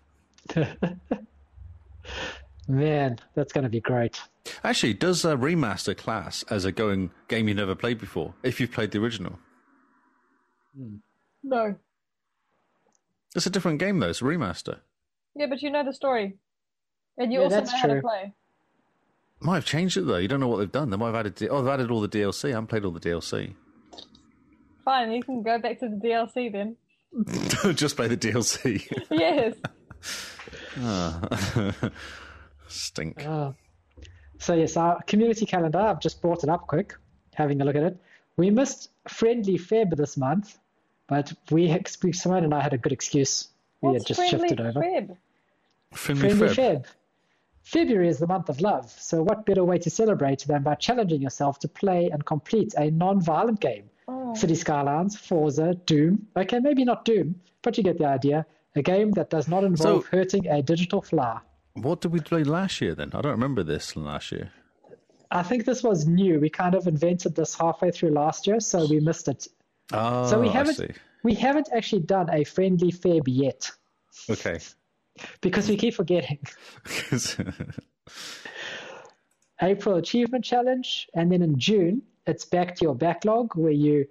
S2: Man, that's going to be great.
S1: Actually, does a remaster class as a going game you never played before if you've played the original?
S3: No.
S1: It's a different game though. It's a remaster.
S3: Yeah, but you know the story, and you
S2: Yeah,
S3: also know
S2: that's
S3: how to
S2: true.
S3: play.
S1: Might have changed it though. You don't know what they've done. They might have added. D- oh, they've added all the DLC. I haven't played all the DLC.
S3: Fine, you can go back to the DLC then.
S1: Just play the DLC.
S3: Yes.
S1: Stink.
S2: Uh, so yes, our community calendar. I've just brought it up quick, having a look at it. We missed friendly Feb this month, but we, Simone and I had a good excuse. We
S3: What's
S2: had just
S3: friendly
S2: shifted over.
S3: Feb?
S1: Friendly
S2: Friendly
S1: Feb.
S2: Feb. February is the month of love, so what better way to celebrate than by challenging yourself to play and complete a non-violent game? City Skylines, Forza, Doom. Okay, maybe not Doom, but you get the idea. A game that does not involve
S1: So-
S2: hurting a digital flower.
S1: What did we play last year then? I don't remember this from last year.
S2: I think this was new. We kind of invented this halfway through last year, so we missed it.
S1: Oh,
S2: So we
S1: I
S2: haven't
S1: see.
S2: we haven't actually done a friendly Feb yet
S1: Okay.
S2: because we keep forgetting.
S1: 'Cause-
S2: April Achievement Challenge, and then in June, it's back to your backlog where you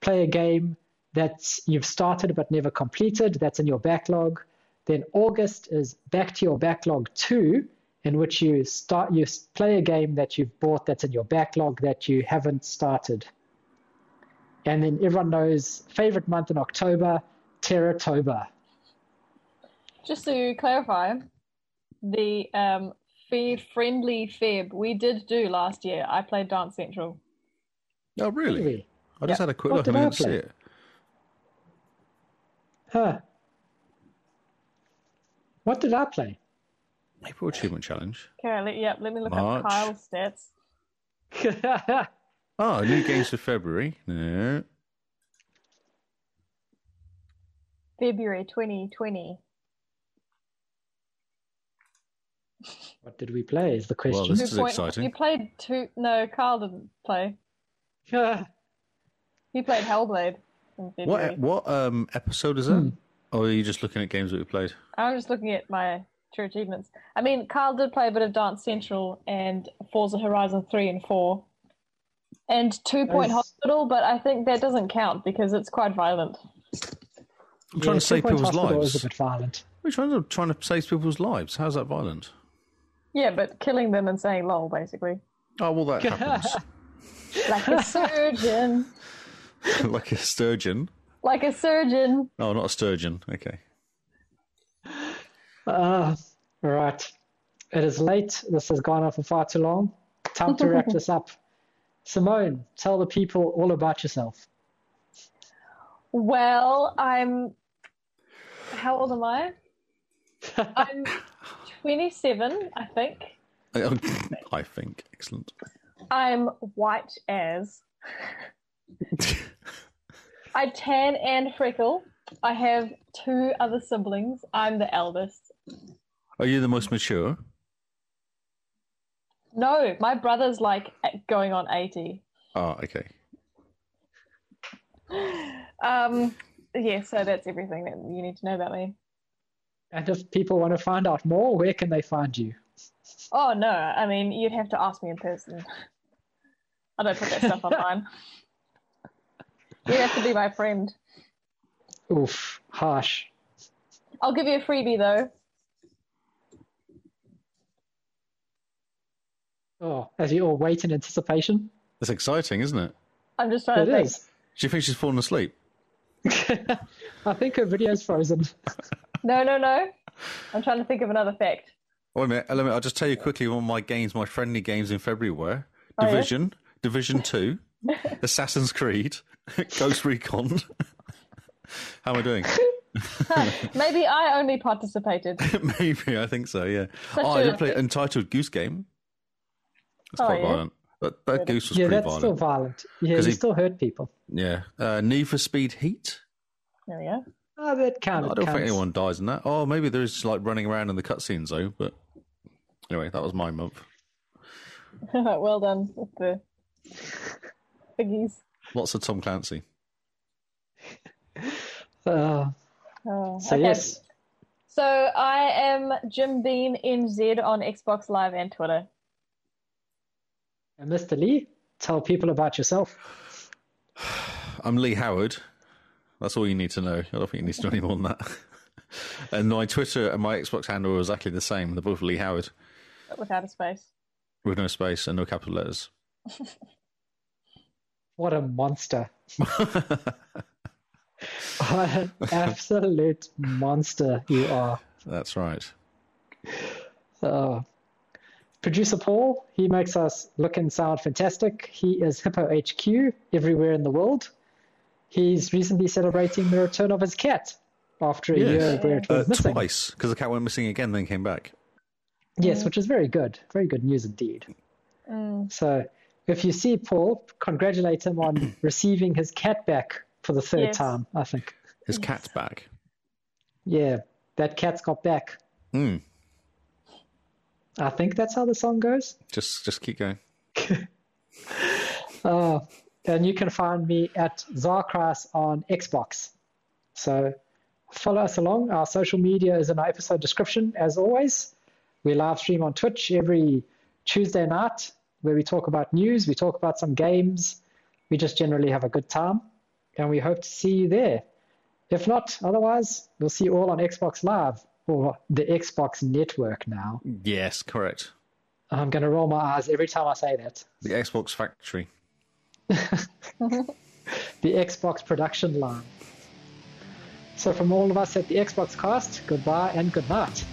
S2: play a game that you've started but never completed, that's in your backlog. Then August is back to your backlog two, in which you start you s- play a game that you've bought that's in your backlog that you haven't started. And then everyone knows favorite month in October, Terratober.
S3: Just to clarify, the um, fair friendly Feb we did do last year. I played Dance Central.
S1: oh, really?
S2: Really?
S1: I just had a quick
S2: What
S1: look and I
S2: did I
S1: didn't see
S2: play?
S1: it.
S2: Huh. What did I play?
S1: April Achievement Challenge.
S3: Okay, let, yep, let me look
S1: March.
S3: up Kyle's stats.
S1: Oh, new games for February. No.
S3: February 2020.
S2: What did we play? Is the
S1: Well,
S2: question.
S1: this is
S3: Two point-
S1: exciting.
S3: You played two. No, Kyle didn't play. He played Hellblade in February.
S1: What what um episode is that?
S2: Hmm.
S1: Or are you just looking at games that we played?
S3: I'm just looking at my true achievements. I mean, Kyle did play a bit of Dance Central and Forza Horizon 3 and 4. And Two Point
S2: Those-
S3: Hospital, but I think that doesn't count because it's quite violent.
S1: I'm trying to
S2: Yeah,
S1: save
S2: Two Point
S1: people's
S2: Hospital
S1: lives.
S2: is a bit violent.
S1: We're trying to trying to save people's lives. How's that violent?
S3: Yeah, but killing them and saying lol, basically.
S1: Oh well, that happens.
S3: Like a surgeon.
S1: like a sturgeon.
S3: like a surgeon.
S1: Oh, not a sturgeon. Okay.
S2: Uh, right. It is late. This has gone on for far too long. Time to wrap this up. Simone, tell the people all about yourself.
S3: Well, I'm. How old am I? I'm 27, I think.
S1: I think excellent.
S3: I'm white as. I tan and freckle. I have two other siblings. I'm the eldest.
S1: Are you the most mature?
S3: No, my brother's like going on 80.
S1: Oh, okay.
S3: Um, yeah, so that's everything that you need to know about me.
S2: And if people want to find out more, where can they find you?
S3: Oh no, I mean you'd have to ask me in person. I don't put that stuff online. You'd have to be my friend.
S2: Oof, harsh.
S3: I'll give you a freebie though.
S2: Oh, as you all wait in anticipation.
S1: It's exciting, isn't it?
S3: I'm just trying
S2: It
S3: to think.
S2: is.
S1: Do you think she's fallen asleep?
S2: I think her video's frozen.
S3: No, no, no. I'm trying to think of another fact.
S1: Wait a minute, wait a minute, I'll just tell you quickly one of my games, my friendly games in February were
S3: Oh, yeah?
S1: Division, Division 2, Assassin's Creed, Ghost Recon. How am I doing?
S3: Maybe I only participated.
S1: Maybe, I think so, yeah.
S3: Such
S1: oh, I did
S3: a-
S1: play Entitled Goose Game. That's
S3: Oh,
S1: quite
S3: yeah?
S1: violent. That, that goose was
S2: yeah,
S1: pretty
S2: that's
S1: violent.
S2: still violent. Yeah,
S1: 'Cause
S2: you
S1: he-
S2: still hurt people.
S1: Yeah. Uh, Need for Speed Heat.
S3: There we go.
S2: Oh, that counted.
S1: I don't
S2: counts.
S1: think anyone dies in that. Oh, maybe there is like running around in the cutscenes though. But anyway, that was my month.
S3: well done with the figgies.
S1: Lots of Tom Clancy.
S2: Uh,
S3: Oh,
S2: so
S3: okay.
S2: yes,
S3: So I am Jim Beam NZ on Xbox Live and Twitter.
S2: and Mr. Lee, tell people about yourself.
S1: I'm Lee Howard. That's all you need to know. I don't think you need to know any more than that. and my Twitter and my Xbox handle are exactly the same. They're both Lee Howard
S3: but without a space.
S1: with no space and no capital letters.
S2: What a monster! What an absolute monster you are.
S1: That's right.
S2: Uh, producer Paul, he makes us look and sound fantastic. He is Hippo HQ everywhere in the world. He's recently celebrating the return of his cat after a
S1: Yes.
S2: year where it
S1: Uh,
S2: was missing.
S1: twice because the cat went missing again, then came back.
S2: Yes, which is very good. Very good news indeed. So if you see Paul, congratulate him on receiving his cat back for the third
S3: Yes.
S2: time, I think.
S1: His cat's back.
S2: Yeah, that cat's got back.
S1: Hmm.
S2: I think that's how the song goes.
S1: Just, just keep going.
S2: Uh, and you can find me at Zarkras on Xbox. So follow us along. Our social media is in our episode description, as always. We live stream on Twitch every Tuesday night where we talk about news, we talk about some games, we just generally have a good time, and we hope to see you there. If not, otherwise, we'll see you all on Xbox Live or the Xbox Network now.
S1: Hmm. Yes, correct.
S2: I'm going to roll my eyes every time I say that.
S1: The Xbox factory.
S2: the Xbox production line. So, from all of us at the Xbox cast, goodbye and good night.